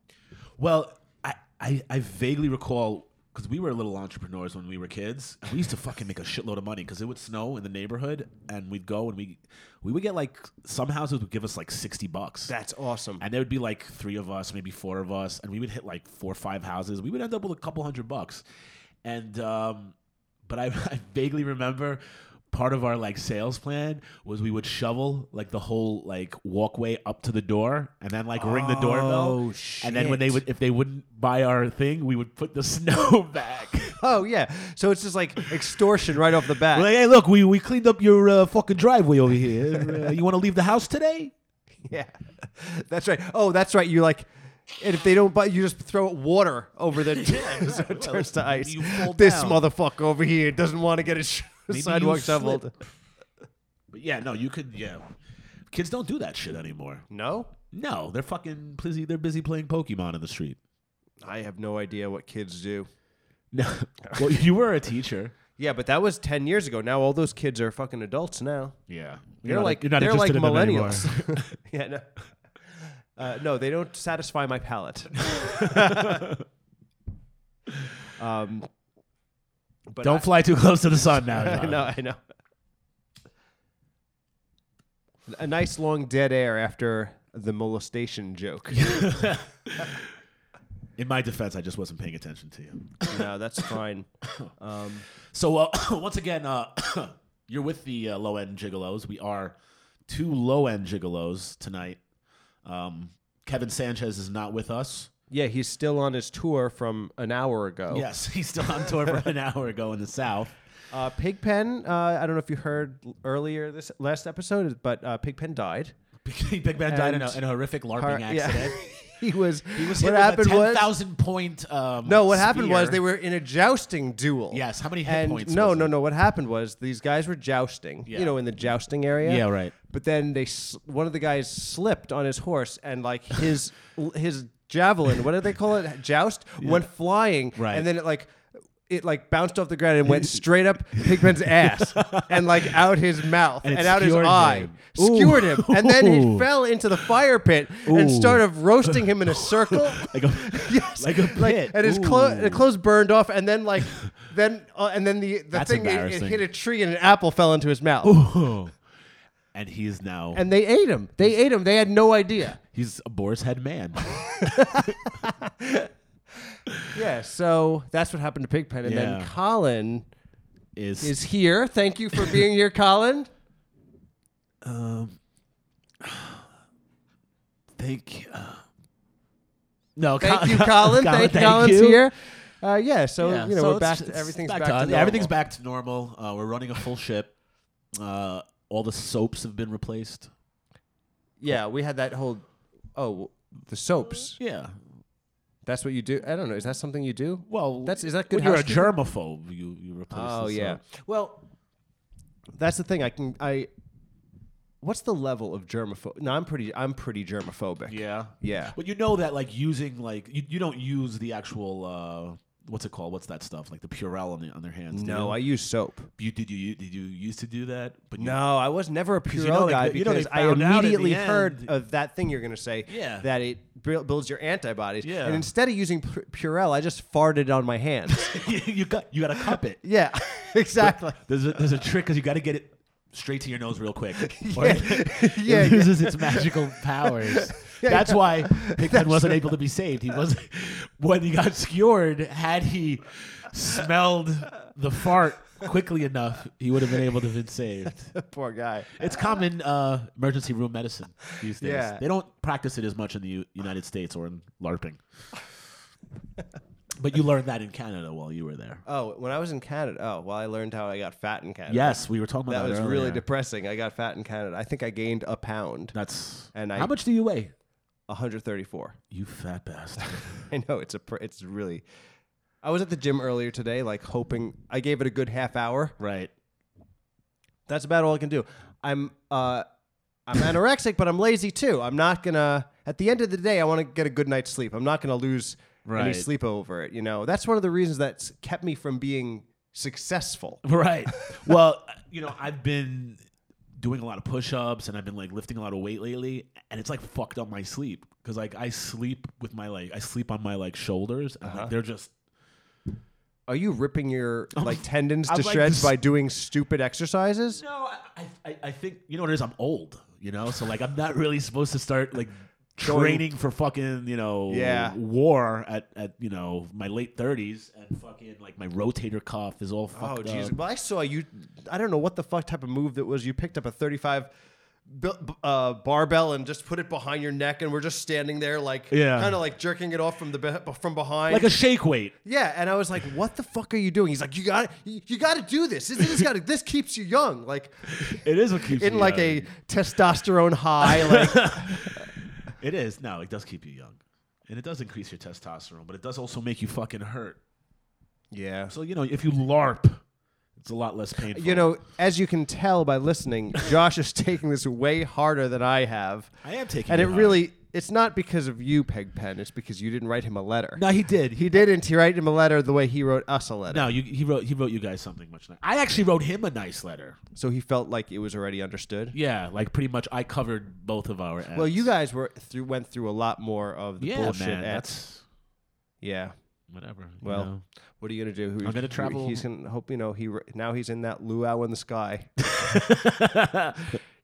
[SPEAKER 2] well, I, I I vaguely recall because we were little entrepreneurs when we were kids. And we used to fucking make a shitload of money because it would snow in the neighborhood, and we'd go and we we would get like some houses would give us like sixty bucks.
[SPEAKER 1] That's awesome.
[SPEAKER 2] and there would be like three of us, maybe four of us, and we would hit like four or five houses. We would end up with a couple hundred bucks. And um, but I, I vaguely remember part of our like sales plan was we would shovel like the whole like walkway up to the door and then like ring the
[SPEAKER 1] Oh,
[SPEAKER 2] doorbell. And then when they
[SPEAKER 1] shit.
[SPEAKER 2] would if they wouldn't buy our thing, we would put the snow back.
[SPEAKER 1] Oh yeah. So it's just like extortion right off the bat.
[SPEAKER 2] like, hey, look, we, we cleaned up your uh, fucking driveway over here. Uh, you want to leave the house today?
[SPEAKER 1] Yeah, that's right. Oh, that's right. You like, and if they don't buy, you just throw it water over the so it turns to ice.
[SPEAKER 2] you fall
[SPEAKER 1] This
[SPEAKER 2] down.
[SPEAKER 1] motherfucker over here doesn't want to get his sh-
[SPEAKER 2] Maybe you
[SPEAKER 1] sidewalk
[SPEAKER 2] slip.
[SPEAKER 1] shoveled.
[SPEAKER 2] But yeah, no, you could. Yeah, kids don't do that shit anymore.
[SPEAKER 1] No,
[SPEAKER 2] No, they're fucking busy. They're busy playing Pokemon in the street.
[SPEAKER 1] I have no idea what kids do.
[SPEAKER 2] No, well, you were a teacher.
[SPEAKER 1] Yeah, but that was ten years ago. Now all those kids are fucking adults now.
[SPEAKER 2] Yeah,
[SPEAKER 1] They're like they're like millennials. yeah, no. Uh, no, they don't satisfy my palate. um, but
[SPEAKER 2] Don't fly too close to the sun now.
[SPEAKER 1] I
[SPEAKER 2] John.
[SPEAKER 1] know, I know. A nice long dead air after the molestation joke.
[SPEAKER 2] In my defense, I just wasn't paying attention to you.
[SPEAKER 1] no, that's fine. Um,
[SPEAKER 2] So uh, once again, uh, you're with the uh, low end gigolos. We are two low end gigolos tonight. Um, Kevin Sanchez is not with us.
[SPEAKER 1] yeah, he's still on his tour from an hour ago.
[SPEAKER 2] Yes, he's still on tour for an hour ago in the South.
[SPEAKER 1] Uh, Pigpen, uh, I don't know if you heard l- earlier this last episode, but uh, Pigpen died.
[SPEAKER 2] Big Big Ben died in a,
[SPEAKER 1] And-
[SPEAKER 2] in a horrific LARPing
[SPEAKER 1] Har- yeah.
[SPEAKER 2] accident.
[SPEAKER 1] he was.
[SPEAKER 2] He was
[SPEAKER 1] what
[SPEAKER 2] hit
[SPEAKER 1] happened
[SPEAKER 2] with a
[SPEAKER 1] was
[SPEAKER 2] 10,000 point. Um,
[SPEAKER 1] no. What happened
[SPEAKER 2] spear.
[SPEAKER 1] was they were in a jousting duel.
[SPEAKER 2] Yes, how many hit
[SPEAKER 1] And
[SPEAKER 2] points
[SPEAKER 1] no,
[SPEAKER 2] was
[SPEAKER 1] no,
[SPEAKER 2] it?
[SPEAKER 1] no. What happened was these guys were jousting.
[SPEAKER 2] Yeah.
[SPEAKER 1] You know, in the jousting area.
[SPEAKER 2] Yeah, right.
[SPEAKER 1] But then they s- one of the guys slipped on his horse and like his l- his javelin, what do they call it? Joust went flying
[SPEAKER 2] Right.
[SPEAKER 1] and then it like it like bounced off the ground and went straight up Pigman's ass and like out his mouth
[SPEAKER 2] And
[SPEAKER 1] and,
[SPEAKER 2] it
[SPEAKER 1] out his
[SPEAKER 2] skewered
[SPEAKER 1] eye,
[SPEAKER 2] him. Ooh.
[SPEAKER 1] skewered him, and then
[SPEAKER 2] Ooh.
[SPEAKER 1] he fell into the fire pit and
[SPEAKER 2] Ooh.
[SPEAKER 1] started roasting him in a circle.
[SPEAKER 2] Like oh, a,
[SPEAKER 1] Yes,
[SPEAKER 2] like a pit.
[SPEAKER 1] and his
[SPEAKER 2] Ooh.
[SPEAKER 1] clothes, the clothes burned off, and then like, then uh, and then the the
[SPEAKER 2] That's
[SPEAKER 1] thing it, it
[SPEAKER 2] embarrassing.
[SPEAKER 1] hit a tree, and an apple fell into his mouth,
[SPEAKER 2] and he's now
[SPEAKER 1] and they ate him. They ate him. They had no idea.
[SPEAKER 2] he's a boar's head man.
[SPEAKER 1] Yeah, so that's what happened to Pigpen, and
[SPEAKER 2] Yeah.
[SPEAKER 1] then Colin
[SPEAKER 2] Is,
[SPEAKER 1] is here. Thank you for being here, Colin.
[SPEAKER 2] think uh, no.
[SPEAKER 1] Thank
[SPEAKER 2] Col-
[SPEAKER 1] you, Colin. thank, Colin's
[SPEAKER 2] you.
[SPEAKER 1] here. Uh, yeah, so
[SPEAKER 2] Yeah,
[SPEAKER 1] you know
[SPEAKER 2] so
[SPEAKER 1] we're
[SPEAKER 2] it's-
[SPEAKER 1] back.
[SPEAKER 2] it's
[SPEAKER 1] To, everything's back, to,
[SPEAKER 2] us.
[SPEAKER 1] normal.
[SPEAKER 2] Yeah, everything's back to normal. Uh, we're running a full ship. Uh, all the soaps have been replaced.
[SPEAKER 1] Yeah, we had that whole. Oh, the soaps.
[SPEAKER 2] Yeah.
[SPEAKER 1] That's what you do. I don't know. Is that something you do?
[SPEAKER 2] Well,
[SPEAKER 1] That's- is that
[SPEAKER 2] when
[SPEAKER 1] good
[SPEAKER 2] you're a
[SPEAKER 1] housekeeping?
[SPEAKER 2] germaphobe, you you replace.
[SPEAKER 1] Oh
[SPEAKER 2] the
[SPEAKER 1] yeah.
[SPEAKER 2] soap.
[SPEAKER 1] Well, that's the thing. I can I. What's the level of germaphobe? No, I'm pretty. I'm pretty germophobic.
[SPEAKER 2] Yeah.
[SPEAKER 1] Yeah.
[SPEAKER 2] But you know that like using like you, you don't use the actual uh what's it called? What's that stuff? Like the Purell on the on their hands. do
[SPEAKER 1] No, I
[SPEAKER 2] you?
[SPEAKER 1] use soap.
[SPEAKER 2] you did you did you used to do that? But you-
[SPEAKER 1] No, I was never a Purell
[SPEAKER 2] you know, like,
[SPEAKER 1] guy
[SPEAKER 2] the- you know, they
[SPEAKER 1] because I
[SPEAKER 2] found out at the
[SPEAKER 1] immediately
[SPEAKER 2] end-
[SPEAKER 1] heard of that thing you're going to say.
[SPEAKER 2] Yeah.
[SPEAKER 1] That it bu- builds your antibodies.
[SPEAKER 2] Yeah.
[SPEAKER 1] And instead of using Pu- Purell, I just farted on my hands.
[SPEAKER 2] you, got you got to cup it.
[SPEAKER 1] yeah. Exactly.
[SPEAKER 2] There's a, there's a trick because you got to get it straight to your nose real quick. Or
[SPEAKER 1] Yeah. Yeah,
[SPEAKER 2] it loses its magical powers.
[SPEAKER 1] Yeah,
[SPEAKER 2] That's
[SPEAKER 1] yeah.
[SPEAKER 2] why Hickman wasn't able to be saved. He was when he got skewered. Had he smelled the fart quickly enough, he would have been able to have been saved.
[SPEAKER 1] Poor guy.
[SPEAKER 2] It's common uh, emergency room medicine these days.
[SPEAKER 1] Yeah.
[SPEAKER 2] They don't practice it as much in the U- United States or in LARPing. but you learned that in Canada while you were there.
[SPEAKER 1] Oh, when I was in Canada, oh, well, I learned how I got fat in Canada.
[SPEAKER 2] Yes, we were talking
[SPEAKER 1] That
[SPEAKER 2] about
[SPEAKER 1] was really
[SPEAKER 2] earlier.
[SPEAKER 1] depressing. I got fat in Canada. I think I gained a pound,
[SPEAKER 2] That's
[SPEAKER 1] And I-
[SPEAKER 2] how much do you weigh?
[SPEAKER 1] 134.
[SPEAKER 2] You fat bastard.
[SPEAKER 1] I know it's a pr- it's really. I was at the gym earlier today, like hoping I gave it a good half hour.
[SPEAKER 2] right.
[SPEAKER 1] That's about all I can do. I'm uh, I'm anorexic, but I'm lazy too. I'm not gonna. At the end of the day, I want to get a good night's sleep. I'm not gonna lose any
[SPEAKER 2] Right.
[SPEAKER 1] sleep over it. You know, that's one of the reasons that's kept me from being successful.
[SPEAKER 2] Right. well, you know, I've been doing a lot of push-ups and I've been like lifting a lot of weight lately, and it's like fucked up my sleep because like I sleep with my like I sleep on my like shoulders, and
[SPEAKER 1] Uh-huh.
[SPEAKER 2] like, they're just
[SPEAKER 1] Are you ripping your like tendons
[SPEAKER 2] I'm
[SPEAKER 1] to
[SPEAKER 2] Oh. like
[SPEAKER 1] shreds
[SPEAKER 2] this-
[SPEAKER 1] by doing stupid exercises?
[SPEAKER 2] no. I, I- I I think you know what it is. I'm old, you know, so like I'm not really supposed to start like. Training for fucking you know
[SPEAKER 1] Yeah.
[SPEAKER 2] war at, at you know my late thirties and fucking like my rotator cuff is all fucked
[SPEAKER 1] Oh
[SPEAKER 2] up.
[SPEAKER 1] Jesus! Well, I saw you. I don't know what the fuck type of move that was. You picked up a thirty-five bu- b- uh, barbell and just put it behind your neck, and we're just standing there, like,
[SPEAKER 2] Yeah.
[SPEAKER 1] kind of like jerking it off from the be- from behind.
[SPEAKER 2] like a shake weight
[SPEAKER 1] yeah, and I was like, "What the fuck are you doing?" He's like, "You got to You got to do this. This, this got to. This keeps you young, like
[SPEAKER 2] it is what keeps
[SPEAKER 1] in
[SPEAKER 2] you
[SPEAKER 1] like
[SPEAKER 2] young.
[SPEAKER 1] a testosterone high." Like,
[SPEAKER 2] It is. No, it does keep you young. And it does increase your testosterone, but it does also make you fucking hurt.
[SPEAKER 1] yeah.
[SPEAKER 2] So, you know, if you LARP, it's a lot less painful.
[SPEAKER 1] You know, as you can tell by listening, Josh is taking this way harder than I have.
[SPEAKER 2] I am taking
[SPEAKER 1] and it
[SPEAKER 2] hard.
[SPEAKER 1] really it's not because of you peg pen it's because you didn't write him a letter
[SPEAKER 2] No, he did.
[SPEAKER 1] he
[SPEAKER 2] He
[SPEAKER 1] didn't he write him a letter the way he wrote us a letter
[SPEAKER 2] No, you, he wrote he wrote you guys something much nicer. I actually wrote him a nice letter.
[SPEAKER 1] so he felt like it was already understood
[SPEAKER 2] Yeah, like pretty much I covered both of our ads.
[SPEAKER 1] well you guys were through went through a lot more of the
[SPEAKER 2] yeah,
[SPEAKER 1] bullshit
[SPEAKER 2] man,
[SPEAKER 1] at-
[SPEAKER 2] that's
[SPEAKER 1] yeah
[SPEAKER 2] whatever. you
[SPEAKER 1] well
[SPEAKER 2] know.
[SPEAKER 1] what are you gonna do Who-
[SPEAKER 2] I'm gonna
[SPEAKER 1] who-
[SPEAKER 2] travel-
[SPEAKER 1] he's gonna hope you know he r- now he's in that luau in the sky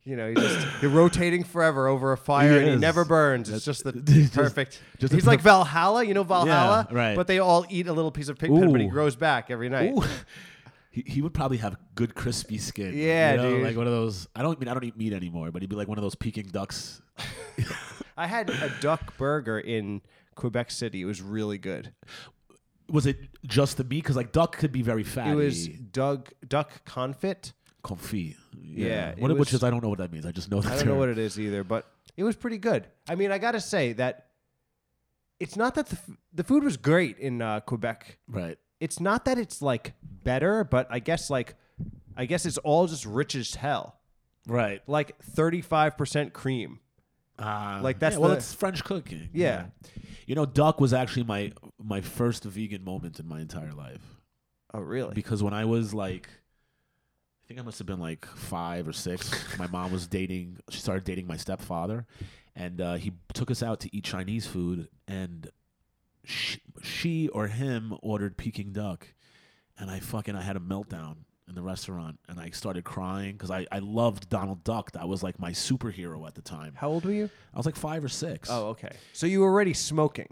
[SPEAKER 1] you know he's just you're rotating forever over a fire and he
[SPEAKER 2] is.
[SPEAKER 1] never burns it's just the
[SPEAKER 2] Just-
[SPEAKER 1] perfect
[SPEAKER 2] just the
[SPEAKER 1] he's like
[SPEAKER 2] perf-
[SPEAKER 1] valhalla you know valhalla
[SPEAKER 2] right.
[SPEAKER 1] but they all eat a little piece of pig pen but he
[SPEAKER 2] Ooh.
[SPEAKER 1] grows back every night
[SPEAKER 2] Ooh. He, he would probably have good crispy skin.
[SPEAKER 1] Yeah,
[SPEAKER 2] you know,
[SPEAKER 1] dude.
[SPEAKER 2] like one of those. I don't I mean I don't eat meat anymore, but he'd be like one of those Peking ducks.
[SPEAKER 1] I had a duck burger in Quebec City. It was really good.
[SPEAKER 2] Was it just the meat? Because like duck could be very fatty.
[SPEAKER 1] It was duck duck confit.
[SPEAKER 2] confit.
[SPEAKER 1] Yeah, it
[SPEAKER 2] What,
[SPEAKER 1] was-
[SPEAKER 2] which is I don't know what that means. I just know that.
[SPEAKER 1] I don't know what it is either, but it was pretty good. I mean, I gotta say that it's not that the f- the food was great in uh, Quebec.
[SPEAKER 2] Right.
[SPEAKER 1] It's not that it's like better, but I guess like I guess it's all just rich as hell.
[SPEAKER 2] Right.
[SPEAKER 1] Like thirty five percent cream.
[SPEAKER 2] Uh,
[SPEAKER 1] Like, that's
[SPEAKER 2] yeah, well,
[SPEAKER 1] the-
[SPEAKER 2] it's French cooking.
[SPEAKER 1] Yeah.
[SPEAKER 2] You know, duck was actually my my first vegan moment in my entire life
[SPEAKER 1] Oh, really?
[SPEAKER 2] because when I was like. I think I must have been like five or six. My mom was dating. She started dating my stepfather, and uh, he took us out to eat Chinese food. And she, she or him ordered Peking duck, and I fucking I had a meltdown in the restaurant, and I started crying because I I loved Donald Duck. That was like my superhero at the time.
[SPEAKER 1] How old were you?
[SPEAKER 2] I was like five or six.
[SPEAKER 1] Oh, okay. So you were already smoking.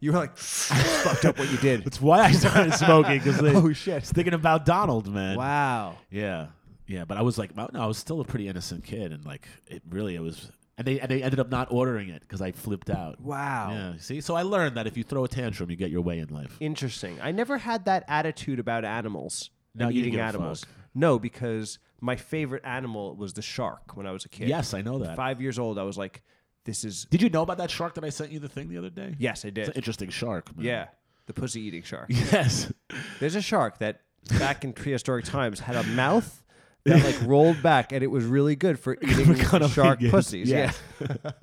[SPEAKER 1] You were like, fucked up what you did.
[SPEAKER 2] that's why I started smoking because
[SPEAKER 1] Oh,
[SPEAKER 2] oh
[SPEAKER 1] shit.
[SPEAKER 2] shit, thinking about Donald, man.
[SPEAKER 1] Wow.
[SPEAKER 2] Yeah, yeah, but I was like, no, I was still a pretty innocent kid, and like, it really, it was, and they and they ended up not ordering it because I flipped out.
[SPEAKER 1] Wow.
[SPEAKER 2] Yeah, see, so I learned that if you throw a tantrum, you get your way in life.
[SPEAKER 1] Interesting. I never had that attitude about animals.
[SPEAKER 2] No,
[SPEAKER 1] and
[SPEAKER 2] you didn't
[SPEAKER 1] eating
[SPEAKER 2] give a
[SPEAKER 1] animals.
[SPEAKER 2] fuck.
[SPEAKER 1] No, because my favorite animal was the shark when I was a kid.
[SPEAKER 2] Yes, I know that.
[SPEAKER 1] Five years old, I was like, this is.
[SPEAKER 2] Did you know about that shark that I sent you the thing the other day?
[SPEAKER 1] Yes, I
[SPEAKER 2] it's an
[SPEAKER 1] did.
[SPEAKER 2] interesting shark. Man.
[SPEAKER 1] Yeah. The pussy eating shark.
[SPEAKER 2] Yes.
[SPEAKER 1] There's a shark that back in prehistoric times had a mouth that like rolled back and it was really good for eating shark
[SPEAKER 2] Cunnilingus.
[SPEAKER 1] pussies. Yeah.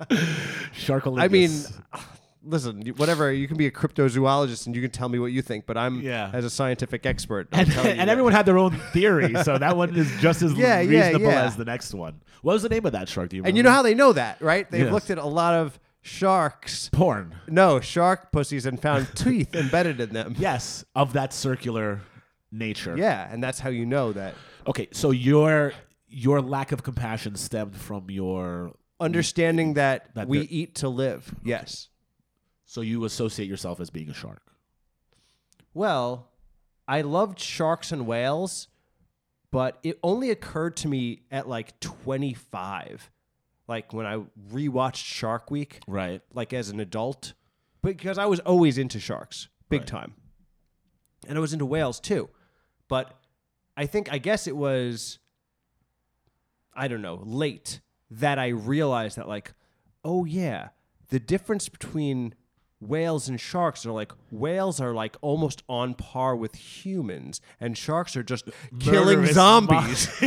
[SPEAKER 2] Sharkalingus.
[SPEAKER 1] I mean, uh, listen, you- whatever, you can be a cryptozoologist and you can tell me what you think, but I'm,
[SPEAKER 2] Yeah.
[SPEAKER 1] as a scientific expert, I'm
[SPEAKER 2] and,
[SPEAKER 1] telling you that-
[SPEAKER 2] and everyone had their own theory, so that one is just as
[SPEAKER 1] Yeah, yeah,
[SPEAKER 2] reasonable
[SPEAKER 1] yeah.
[SPEAKER 2] as the next one. What was the name of that shark? Do you remember?
[SPEAKER 1] And you know how they know that, right? They've
[SPEAKER 2] Um, Yes.
[SPEAKER 1] looked at a lot of sharks.
[SPEAKER 2] porn.
[SPEAKER 1] No, shark pussies and found teeth embedded in them.
[SPEAKER 2] Yes, of that circular nature.
[SPEAKER 1] Yeah, and that's how you know that.
[SPEAKER 2] Okay, so your your lack of compassion stemmed from your
[SPEAKER 1] Understanding that,
[SPEAKER 2] That
[SPEAKER 1] we
[SPEAKER 2] the-
[SPEAKER 1] eat to live. Yes.
[SPEAKER 2] so you associate yourself as being a shark.
[SPEAKER 1] Well, I loved sharks and whales, but it only occurred to me at like 25, like when I rewatched Shark Week,
[SPEAKER 2] Right.
[SPEAKER 1] like as an adult, because I was always into sharks, big
[SPEAKER 2] Right.
[SPEAKER 1] time, and I was into whales too. But I think I guess it was, I don't know, late that I realized that like, oh yeah, the difference between whales and sharks are like whales are like almost on par with humans and sharks are just killing
[SPEAKER 2] Murderous
[SPEAKER 1] zombies
[SPEAKER 2] mo-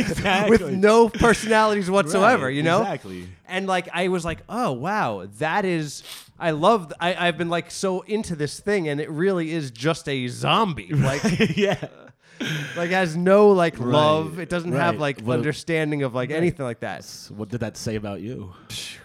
[SPEAKER 2] Exactly.
[SPEAKER 1] with no personalities whatsoever
[SPEAKER 2] Right,
[SPEAKER 1] you know
[SPEAKER 2] exactly.
[SPEAKER 1] and like I was like, oh wow, that is I love I, I've been like so into this thing and it really is just a zombie. Like
[SPEAKER 2] yeah.
[SPEAKER 1] like has no like love. It doesn't have
[SPEAKER 2] right.
[SPEAKER 1] like
[SPEAKER 2] Well-
[SPEAKER 1] understanding of like anything like that.
[SPEAKER 2] So what did that say about you?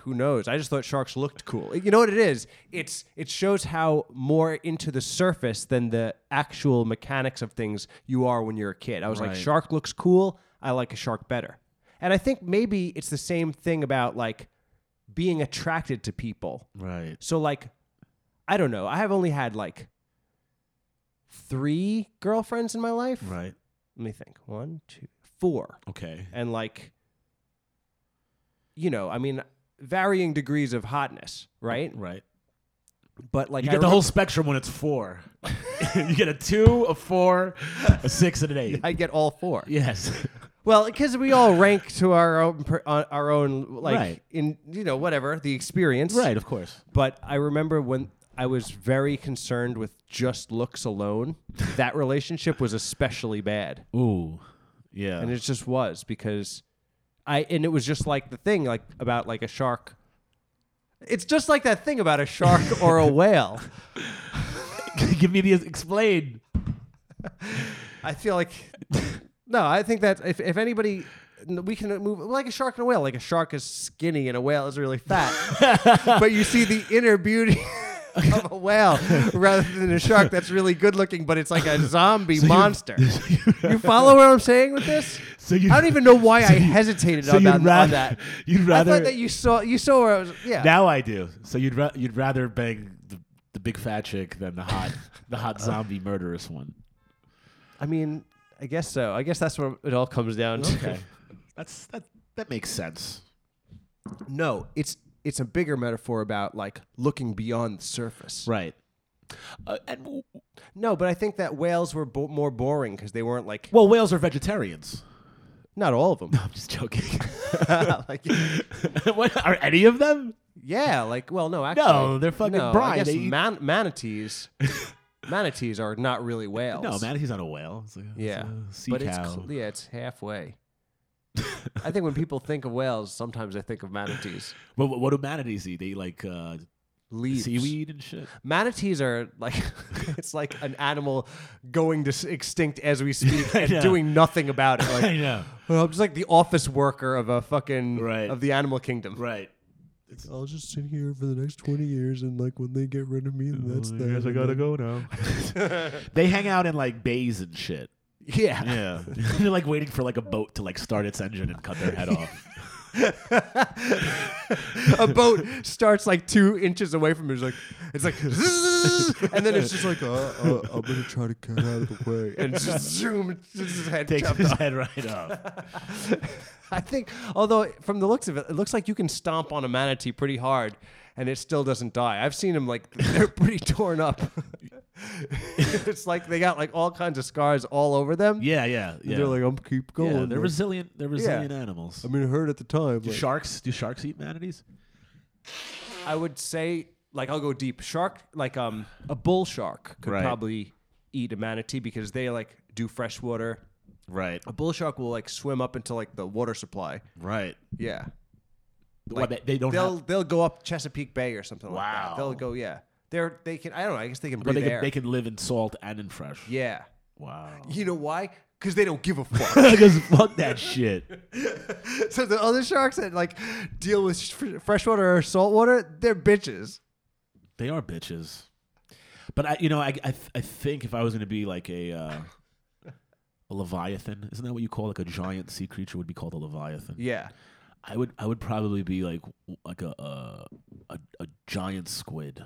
[SPEAKER 1] Who knows? I just thought sharks looked cool. You know what it is? It's it shows how more into the surface than the actual mechanics of things you are when you're a kid. I was like,
[SPEAKER 2] Right.
[SPEAKER 1] shark looks cool. I like a shark better. And I think maybe it's the same thing about like being attracted to people.
[SPEAKER 2] Right.
[SPEAKER 1] So like, I don't know. I have only had like three girlfriends in my life.
[SPEAKER 2] Right.
[SPEAKER 1] Let me think. One, two, four,
[SPEAKER 2] Okay.
[SPEAKER 1] and like, you know, I mean, varying degrees of hotness, right?
[SPEAKER 2] Right.
[SPEAKER 1] But like,
[SPEAKER 2] You
[SPEAKER 1] I
[SPEAKER 2] get the
[SPEAKER 1] remem-
[SPEAKER 2] whole spectrum when it's four. you get a two, a four, a six, and an eight.
[SPEAKER 1] I get all four.
[SPEAKER 2] Yes.
[SPEAKER 1] Well, because we all rank to our own, per, on our own, like
[SPEAKER 2] Right.
[SPEAKER 1] in you know whatever the experience,
[SPEAKER 2] right, of course.
[SPEAKER 1] But I remember when I was very concerned with just looks alone. that relationship was especially bad.
[SPEAKER 2] Ooh. Yeah.
[SPEAKER 1] and it just was because I and it was just like the thing like about like a shark. It's just like that thing about a shark or a whale.
[SPEAKER 2] Give me the explain.
[SPEAKER 1] I feel like no, I think that if if anybody we can move like a shark and a whale. Like a shark is skinny and a whale is really fat, but you see the inner beauty. Of a whale rather than a shark that's really good looking, but it's like a zombie monster. You follow what I'm saying with this?
[SPEAKER 2] So you,
[SPEAKER 1] I don't even know why I hesitated
[SPEAKER 2] so
[SPEAKER 1] on,
[SPEAKER 2] you'd
[SPEAKER 1] that, on
[SPEAKER 2] rather-
[SPEAKER 1] that.
[SPEAKER 2] You'd rather
[SPEAKER 1] I thought that you saw you saw where I was. Yeah.
[SPEAKER 2] now I do. So you'd ra- you'd rather bang the, the big fat chick than the hot the hot zombie murderous one.
[SPEAKER 1] I mean, I guess so. I guess that's what it all comes down to.
[SPEAKER 2] Okay, that's that that makes sense.
[SPEAKER 1] No, it's it's a bigger metaphor about like looking beyond the surface.
[SPEAKER 2] Right. Uh, and w-
[SPEAKER 1] No, but I think that whales were bo- more boring because they weren't like
[SPEAKER 2] well, whales are vegetarians.
[SPEAKER 1] not all of them.
[SPEAKER 2] I'm just joking.
[SPEAKER 1] like,
[SPEAKER 2] what are any of them?
[SPEAKER 1] yeah, like well, no, actually,
[SPEAKER 2] they're fucking
[SPEAKER 1] no, I
[SPEAKER 2] brine.
[SPEAKER 1] guess
[SPEAKER 2] They eat-
[SPEAKER 1] man- manatees, manatees are not really whales.
[SPEAKER 2] No, man, he's not a whale. It's like a- it's
[SPEAKER 1] Yeah,
[SPEAKER 2] a sea
[SPEAKER 1] but
[SPEAKER 2] cow.
[SPEAKER 1] it's cl- yeah, it's halfway. I think when people think of whales, sometimes they think of manatees.
[SPEAKER 2] But what, what do manatees eat? They eat like uh,
[SPEAKER 1] Leaves.
[SPEAKER 2] seaweed and shit.
[SPEAKER 1] Manatees are like it's like an animal going to s- extinct as we speak
[SPEAKER 2] I
[SPEAKER 1] and
[SPEAKER 2] know.
[SPEAKER 1] doing nothing about it. Like
[SPEAKER 2] know.
[SPEAKER 1] I'm just like the office worker of a fucking
[SPEAKER 2] Right.
[SPEAKER 1] of the animal kingdom.
[SPEAKER 2] Right.
[SPEAKER 3] I'll just sit here for the next 20 years and like when they get rid of me, that's that. and then-
[SPEAKER 2] go now. they hang out in like bays and shit.
[SPEAKER 1] Yeah.
[SPEAKER 2] Yeah. They're like waiting for like a boat to like start its engine and cut their head off.
[SPEAKER 1] a boat starts like two inches away from it. It's like it's like "Zzzz," and then it's just like
[SPEAKER 3] Uh, uh, I'm gonna try to get out of the way.
[SPEAKER 1] and just zoom it's just his head
[SPEAKER 2] Takes
[SPEAKER 1] chopped
[SPEAKER 2] his
[SPEAKER 1] off.
[SPEAKER 2] head right off.
[SPEAKER 1] I think although from the looks of it, it looks like you can stomp on a manatee pretty hard and it still doesn't die. I've seen them like they're pretty torn up. it's like they got like all kinds of scars all over them.
[SPEAKER 2] Yeah, yeah, yeah.
[SPEAKER 3] They're like, I'm keep
[SPEAKER 2] Yeah,
[SPEAKER 3] going.
[SPEAKER 2] they're
[SPEAKER 3] like-
[SPEAKER 2] resilient. They're resilient animals.
[SPEAKER 3] I mean, it hurt at the time.
[SPEAKER 2] Do
[SPEAKER 3] like-
[SPEAKER 2] sharks? Do sharks eat manatees?
[SPEAKER 1] I would say like I'll go deep. Shark like um a bull shark could
[SPEAKER 2] Right.
[SPEAKER 1] probably eat a manatee because they like do fresh water.
[SPEAKER 2] Right,
[SPEAKER 1] A bull shark will like swim up into like the water supply.
[SPEAKER 2] right.
[SPEAKER 1] Yeah.
[SPEAKER 2] What, they, they don't.
[SPEAKER 1] They'll
[SPEAKER 2] Have,
[SPEAKER 1] they'll go up Chesapeake Bay or something like that.
[SPEAKER 2] Wow.
[SPEAKER 1] They'll go yeah. They're they can I don't know, I guess they can
[SPEAKER 2] but
[SPEAKER 1] breathe
[SPEAKER 2] they
[SPEAKER 1] air.
[SPEAKER 2] can, they can live in salt and in fresh.
[SPEAKER 1] Yeah.
[SPEAKER 2] Wow.
[SPEAKER 1] You know why? Because they don't give a fuck.
[SPEAKER 2] Because fuck that shit.
[SPEAKER 1] so the other sharks that like deal with sh- freshwater or saltwater, they're bitches.
[SPEAKER 2] They are bitches. But I, you know, I, I, I think if I was going to be like a, uh, a leviathan, isn't that what you call like a giant sea creature would be called a leviathan?
[SPEAKER 1] Yeah.
[SPEAKER 2] I would, I would probably be like, like a, a, a, a giant squid,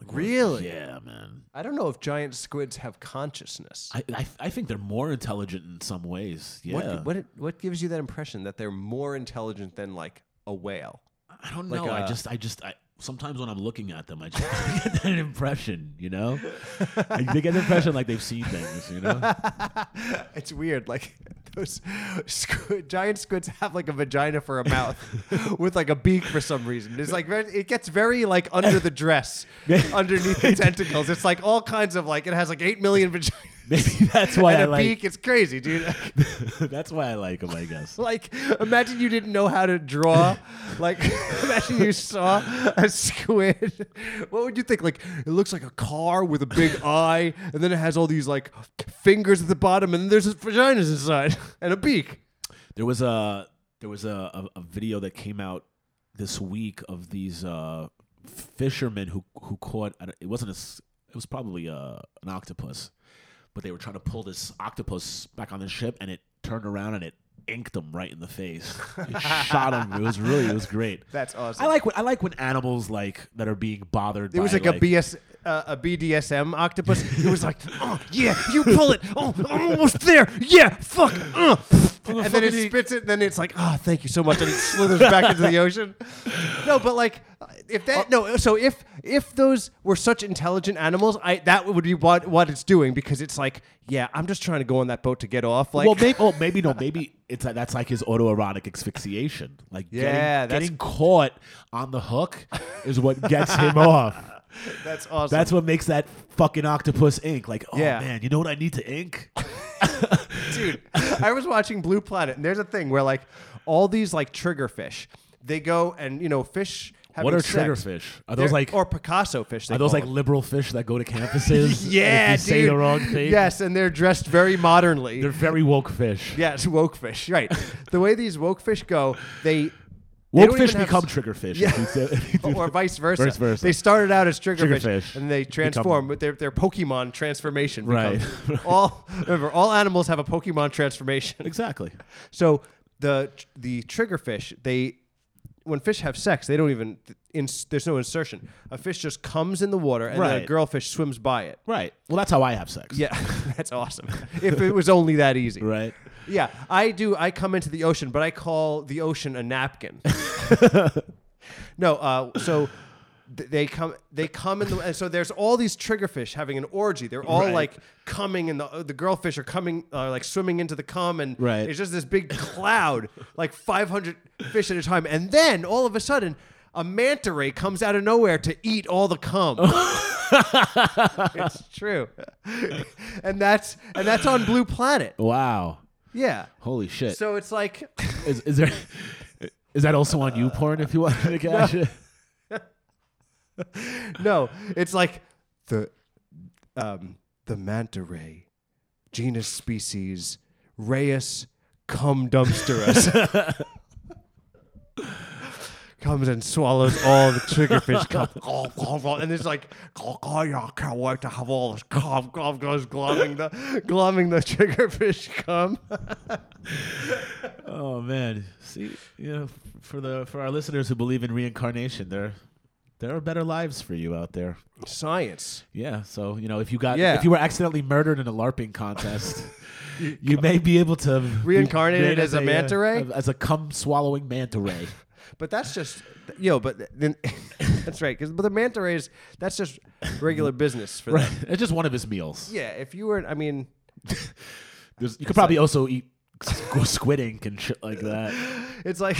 [SPEAKER 2] like
[SPEAKER 1] Really?
[SPEAKER 2] Yeah, man.
[SPEAKER 1] I don't know if giant squids have consciousness.
[SPEAKER 2] I, I I think they're more intelligent in some ways. Yeah.
[SPEAKER 1] What, what what gives you that impression that they're more intelligent than like a whale?
[SPEAKER 2] I don't
[SPEAKER 1] Like uh,
[SPEAKER 2] know. I
[SPEAKER 1] a-
[SPEAKER 2] just, I just, I sometimes when I'm looking at them, I just get that impression, you know. I they get the impression like they've seen things, you know.
[SPEAKER 1] it's weird. Like those squid, giant squids have like a vagina for a mouth, with like a beak for some reason. It's like very, it gets very like under the dress, underneath the tentacles. It's like all kinds of like it has like eight million vaginas
[SPEAKER 2] Maybe that's why
[SPEAKER 1] and
[SPEAKER 2] I
[SPEAKER 1] a
[SPEAKER 2] like.
[SPEAKER 1] beak. It's crazy, dude.
[SPEAKER 2] that's why I like them, I guess.
[SPEAKER 1] Like, imagine you didn't know how to draw. Like, imagine you saw a squid. What would you think? Like, it looks like a car with a big eye, and then it has all these like fingers at the bottom, and there's vaginas inside and a beak.
[SPEAKER 2] There was a there was a, a, a video that came out this week of these uh, fishermen who who caught I don't- it wasn't a s- it was probably uh an octopus, but they were trying to pull this octopus back on the ship and it turned around and it inked them right in the face. It shot them. It was really it was great.
[SPEAKER 1] That's awesome.
[SPEAKER 2] I like when I like when animals like that are being bothered.
[SPEAKER 1] It was
[SPEAKER 2] by,
[SPEAKER 1] like, a BS. Uh, a BDSM octopus. It was like, oh yeah, you pull it. Oh, I'm almost there. Yeah, fuck. Uh. And then it spits it. And then it's like, oh, thank you so much. And it slithers back into the ocean. No, but like, if
[SPEAKER 2] Uh,
[SPEAKER 1] that no. So if if those were such intelligent animals, I that would be what what it's doing because it's like, yeah, I'm just trying to go on that boat to get off. Like,
[SPEAKER 2] well, maybe, oh, maybe no, maybe it's like, that's like his autoerotic asphyxiation. Like,
[SPEAKER 1] Yeah,
[SPEAKER 2] getting,
[SPEAKER 1] that's-
[SPEAKER 2] getting caught on the hook is what gets him off.
[SPEAKER 1] that's awesome.
[SPEAKER 2] That's what makes that fucking octopus ink. Like, oh
[SPEAKER 1] Yeah.
[SPEAKER 2] man, you know what I need to ink?
[SPEAKER 1] dude i was watching blue planet and there's a thing where like all these like trigger fish they go and you know fish having
[SPEAKER 2] what are
[SPEAKER 1] sex.
[SPEAKER 2] triggerfish? Are those
[SPEAKER 1] They're-
[SPEAKER 2] like
[SPEAKER 1] or picasso fish they
[SPEAKER 2] are those
[SPEAKER 1] call
[SPEAKER 2] like
[SPEAKER 1] them.
[SPEAKER 2] liberal fish that go to campuses? and
[SPEAKER 1] yeah
[SPEAKER 2] if you say
[SPEAKER 1] dude.
[SPEAKER 2] the wrong thing.
[SPEAKER 1] yes and they're dressed very modernly
[SPEAKER 2] they're very woke fish.
[SPEAKER 1] yes woke fish right the way these woke fish go they they
[SPEAKER 2] woke
[SPEAKER 1] don't
[SPEAKER 2] fish
[SPEAKER 1] even have
[SPEAKER 2] become
[SPEAKER 1] s-
[SPEAKER 2] triggerfish.
[SPEAKER 1] Yeah.
[SPEAKER 2] if you say- if you do
[SPEAKER 1] or
[SPEAKER 2] that.
[SPEAKER 1] vice versa.
[SPEAKER 2] Vice versa.
[SPEAKER 1] They started out as trigger,
[SPEAKER 2] Trigger
[SPEAKER 1] fish,
[SPEAKER 2] fish.
[SPEAKER 1] and they transform with their, their Pokemon transformation. becomes-
[SPEAKER 2] Right.
[SPEAKER 1] all remember, all animals have a Pokemon transformation.
[SPEAKER 2] exactly.
[SPEAKER 1] So the the trigger fish, they when fish have sex, they don't even ins, there's no insertion. A fish just comes in the water, and then a
[SPEAKER 2] Right.
[SPEAKER 1] girl fish swims by it.
[SPEAKER 2] Right. Well, that's how I have sex.
[SPEAKER 1] Yeah, that's awesome. if it was only that easy.
[SPEAKER 2] Right.
[SPEAKER 1] Yeah, I do. I come into the ocean, but I call the ocean a napkin. no, uh, so th- they come. They come in the. And so there's all these triggerfish having an orgy. They're all
[SPEAKER 2] Right.
[SPEAKER 1] like coming, and the uh, the girlfish are coming, uh, like swimming into the cum, and
[SPEAKER 2] Right.
[SPEAKER 1] it's just this big cloud, like 500 fish at a time, and then all of a sudden. A manta ray comes out of nowhere to eat all the cum. it's true, and that's and that's on Blue Planet.
[SPEAKER 2] Wow.
[SPEAKER 1] Yeah.
[SPEAKER 2] Holy shit.
[SPEAKER 1] So it's like,
[SPEAKER 2] Is, is there? Is that also on you porn if you want to cash it?
[SPEAKER 1] no, it's like the um, the manta ray, genus species, Reyes cum dumpsterus. Comes and swallows all the triggerfish cum, and it's like, oh, I can't wait to have all this cum, cum goes glomming the, glomming the triggerfish cum.
[SPEAKER 2] Oh man. See, you know, for the for our listeners who believe in reincarnation, there there are better lives for you out there.
[SPEAKER 1] Science.
[SPEAKER 2] Yeah. So you know, if you got
[SPEAKER 1] Yeah.
[SPEAKER 2] if you were accidentally murdered in a LARPing contest, you may be able to be
[SPEAKER 1] Reincarnated
[SPEAKER 2] made
[SPEAKER 1] as a manta ray?
[SPEAKER 2] uh, as a cum swallowing manta ray.
[SPEAKER 1] But that's just yo. But then that's right. Because but the manta rays, that's just regular business for
[SPEAKER 2] right.
[SPEAKER 1] them.
[SPEAKER 2] It's just one of his meals.
[SPEAKER 1] Yeah, if you were, I mean,
[SPEAKER 2] There's- you could probably also eat squ- squid ink and shit like that.
[SPEAKER 1] it's like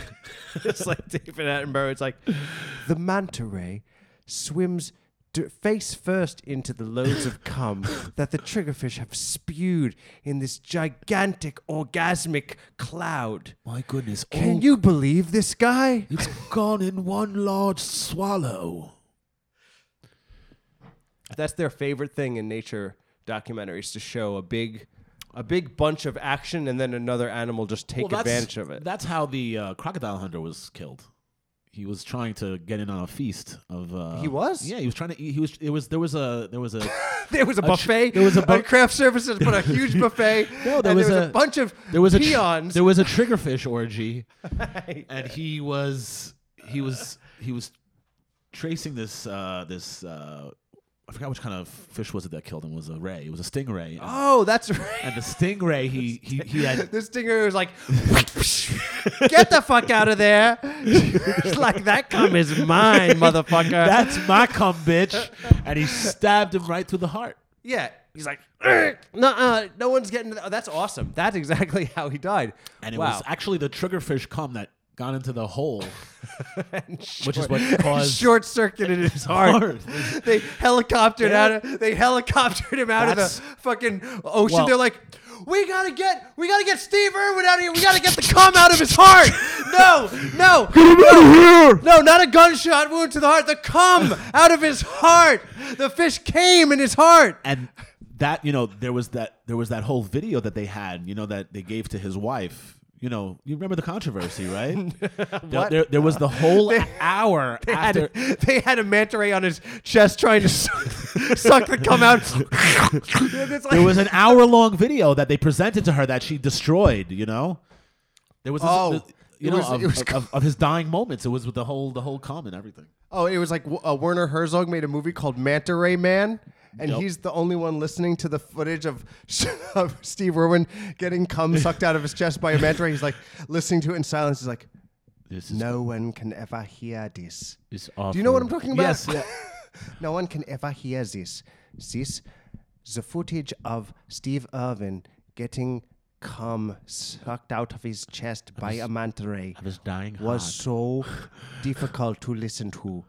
[SPEAKER 1] it's like David Attenborough. It's like the manta ray swims. d face first into the loads of cum that the triggerfish have spewed in this gigantic orgasmic cloud.
[SPEAKER 2] My goodness.
[SPEAKER 1] Can you believe this guy?
[SPEAKER 2] It's gone in one large swallow.
[SPEAKER 1] that's their favorite thing in nature documentaries to show a big a big bunch of action and then another animal just take advantage of it.
[SPEAKER 2] That's how the uh, crocodile hunter was killed. He was trying to get in on a feast of. Uh,
[SPEAKER 1] He was?
[SPEAKER 2] Yeah, he was trying to. Eat, he was. It was. There was a. There was a.
[SPEAKER 1] there was a buffet.
[SPEAKER 2] there was a bu-
[SPEAKER 1] at craft services, but a huge buffet.
[SPEAKER 2] No, there
[SPEAKER 1] and
[SPEAKER 2] was
[SPEAKER 1] there was a,
[SPEAKER 2] a-
[SPEAKER 1] bunch of
[SPEAKER 2] There was a. tr-
[SPEAKER 1] peons.
[SPEAKER 2] there was a triggerfish orgy, and he was. He was. He was tracing this uh, this uh, I forgot which kind of fish was it that killed him. It was a ray. It was a stingray. And,
[SPEAKER 1] Oh, that's right.
[SPEAKER 2] and the stingray he he he had
[SPEAKER 1] This stinger was like, get the fuck out of there. It's like, that cum is mine, motherfucker.
[SPEAKER 2] that's my cum bitch, and he stabbed him right through the heart.
[SPEAKER 1] yeah. He's like, no, no one's getting. oh, that's awesome. That's exactly how he died.
[SPEAKER 2] And it
[SPEAKER 1] wow.
[SPEAKER 2] was actually the triggerfish cum that got into the hole, which is
[SPEAKER 1] short-
[SPEAKER 2] what caused
[SPEAKER 1] short circuited his heart. they helicoptered
[SPEAKER 2] Yeah.
[SPEAKER 1] out. Of, they helicoptered him out
[SPEAKER 2] That's-
[SPEAKER 1] of the fucking ocean.
[SPEAKER 2] Well-
[SPEAKER 1] They're like, we gotta get, we gotta get Steve Irwin out of here. We gotta get the cum out of his heart. No, no, no, not a gunshot wound to the heart. The cum out of his heart. The fish came in his heart.
[SPEAKER 2] and that you know there was that there was that whole video that they had you know that they gave to his wife you know you remember the controversy right there,
[SPEAKER 1] What?
[SPEAKER 2] there, there was the whole hour
[SPEAKER 1] They had,
[SPEAKER 2] after
[SPEAKER 1] they had a manta ray on his chest trying to suck, suck the cum out. It's like-
[SPEAKER 2] there was an hour long video that they presented to her that she destroyed you know there was this,
[SPEAKER 1] Oh,
[SPEAKER 2] this- you
[SPEAKER 1] it
[SPEAKER 2] know
[SPEAKER 1] was-
[SPEAKER 2] of,
[SPEAKER 1] it was-
[SPEAKER 2] of, of his dying moments it was with the whole the whole com and everything
[SPEAKER 1] Oh, it was like uh, Werner Herzog made a movie called Manta Ray Man, and
[SPEAKER 2] Yep.
[SPEAKER 1] he's the only one listening to the footage of, of Steve Irwin getting cum sucked out of his chest by a manta ray. He's like listening to it in silence. He's like,
[SPEAKER 2] this is,
[SPEAKER 1] "No one can ever hear this.
[SPEAKER 2] is
[SPEAKER 1] Do you know what I'm talking about?
[SPEAKER 2] yes yeah.
[SPEAKER 1] no one can ever hear this. This, the footage of Steve Irwin getting cum sucked out of his chest by a manta ray."
[SPEAKER 2] of his dying
[SPEAKER 1] was
[SPEAKER 2] heart.
[SPEAKER 1] so difficult to listen to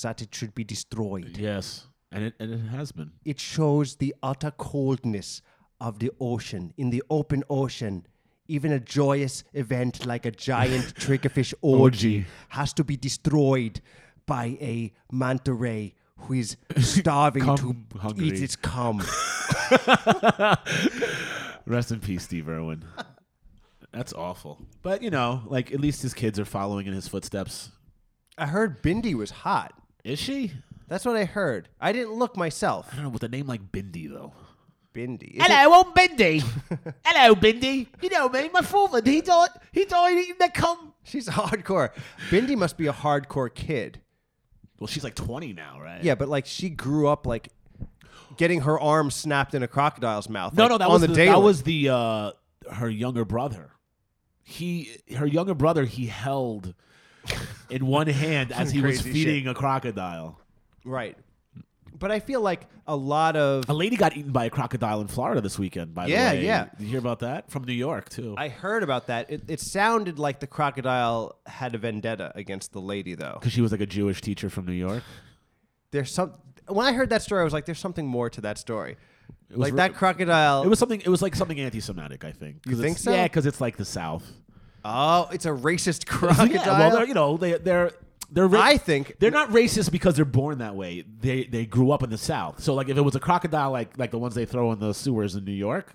[SPEAKER 1] that it should be destroyed.
[SPEAKER 2] yes and it, and it has been
[SPEAKER 1] It shows the utter coldness of the ocean. In the open ocean, even a joyous event like a giant triggerfish orgy has to be destroyed by a manta ray who is starving to
[SPEAKER 2] Cum hungry.
[SPEAKER 1] eat its cum.
[SPEAKER 2] Rest in peace, Steve Irwin. That's awful. But you know, like at least his kids are following in his footsteps.
[SPEAKER 1] I heard Bindi was hot.
[SPEAKER 2] Is she?
[SPEAKER 1] That's what I heard. I didn't look myself.
[SPEAKER 2] I don't know, with a name like Bindi though.
[SPEAKER 1] Bindi. Is it-
[SPEAKER 2] Hello, I'm Bindi. Hello, Bindi. You know me, my father. He died. He died eating the cum.
[SPEAKER 1] she's hardcore. Bindi must be a hardcore kid.
[SPEAKER 2] Well, she's like 20 now, right?
[SPEAKER 1] Yeah, but like she grew up like getting her arm snapped in a crocodile's mouth.
[SPEAKER 2] No,
[SPEAKER 1] like,
[SPEAKER 2] no, that
[SPEAKER 1] on
[SPEAKER 2] was
[SPEAKER 1] the,
[SPEAKER 2] the,
[SPEAKER 1] daily.
[SPEAKER 2] that was the uh, her younger brother. He, her younger brother, he held in one hand as he was
[SPEAKER 1] Crazy shit.
[SPEAKER 2] feeding a crocodile.
[SPEAKER 1] right. But I feel like a lot of
[SPEAKER 2] A lady got eaten by a crocodile in Florida this weekend. By
[SPEAKER 1] Yeah,
[SPEAKER 2] the way,
[SPEAKER 1] yeah.
[SPEAKER 2] Did you hear about that from New York too?
[SPEAKER 1] I heard about that. It, it sounded like the crocodile had a vendetta against the lady, though.
[SPEAKER 2] Because she was like a Jewish teacher from New York.
[SPEAKER 1] There's some. When I heard that story, I was like, "There's something more to that story."
[SPEAKER 2] was
[SPEAKER 1] Like
[SPEAKER 2] re-
[SPEAKER 1] that crocodile.
[SPEAKER 2] It was something. It was like something anti-Semitic. I think.
[SPEAKER 1] You think so?
[SPEAKER 2] Yeah, because it's like the South.
[SPEAKER 1] oh, it's a racist
[SPEAKER 2] Yeah,
[SPEAKER 1] crocodile.
[SPEAKER 2] well, they're, you know they they're they're. ra-
[SPEAKER 1] I think-
[SPEAKER 2] they're not racist because they're born that way. They they grew up in the South. So like if it was a crocodile like like the ones they throw in the sewers in New York,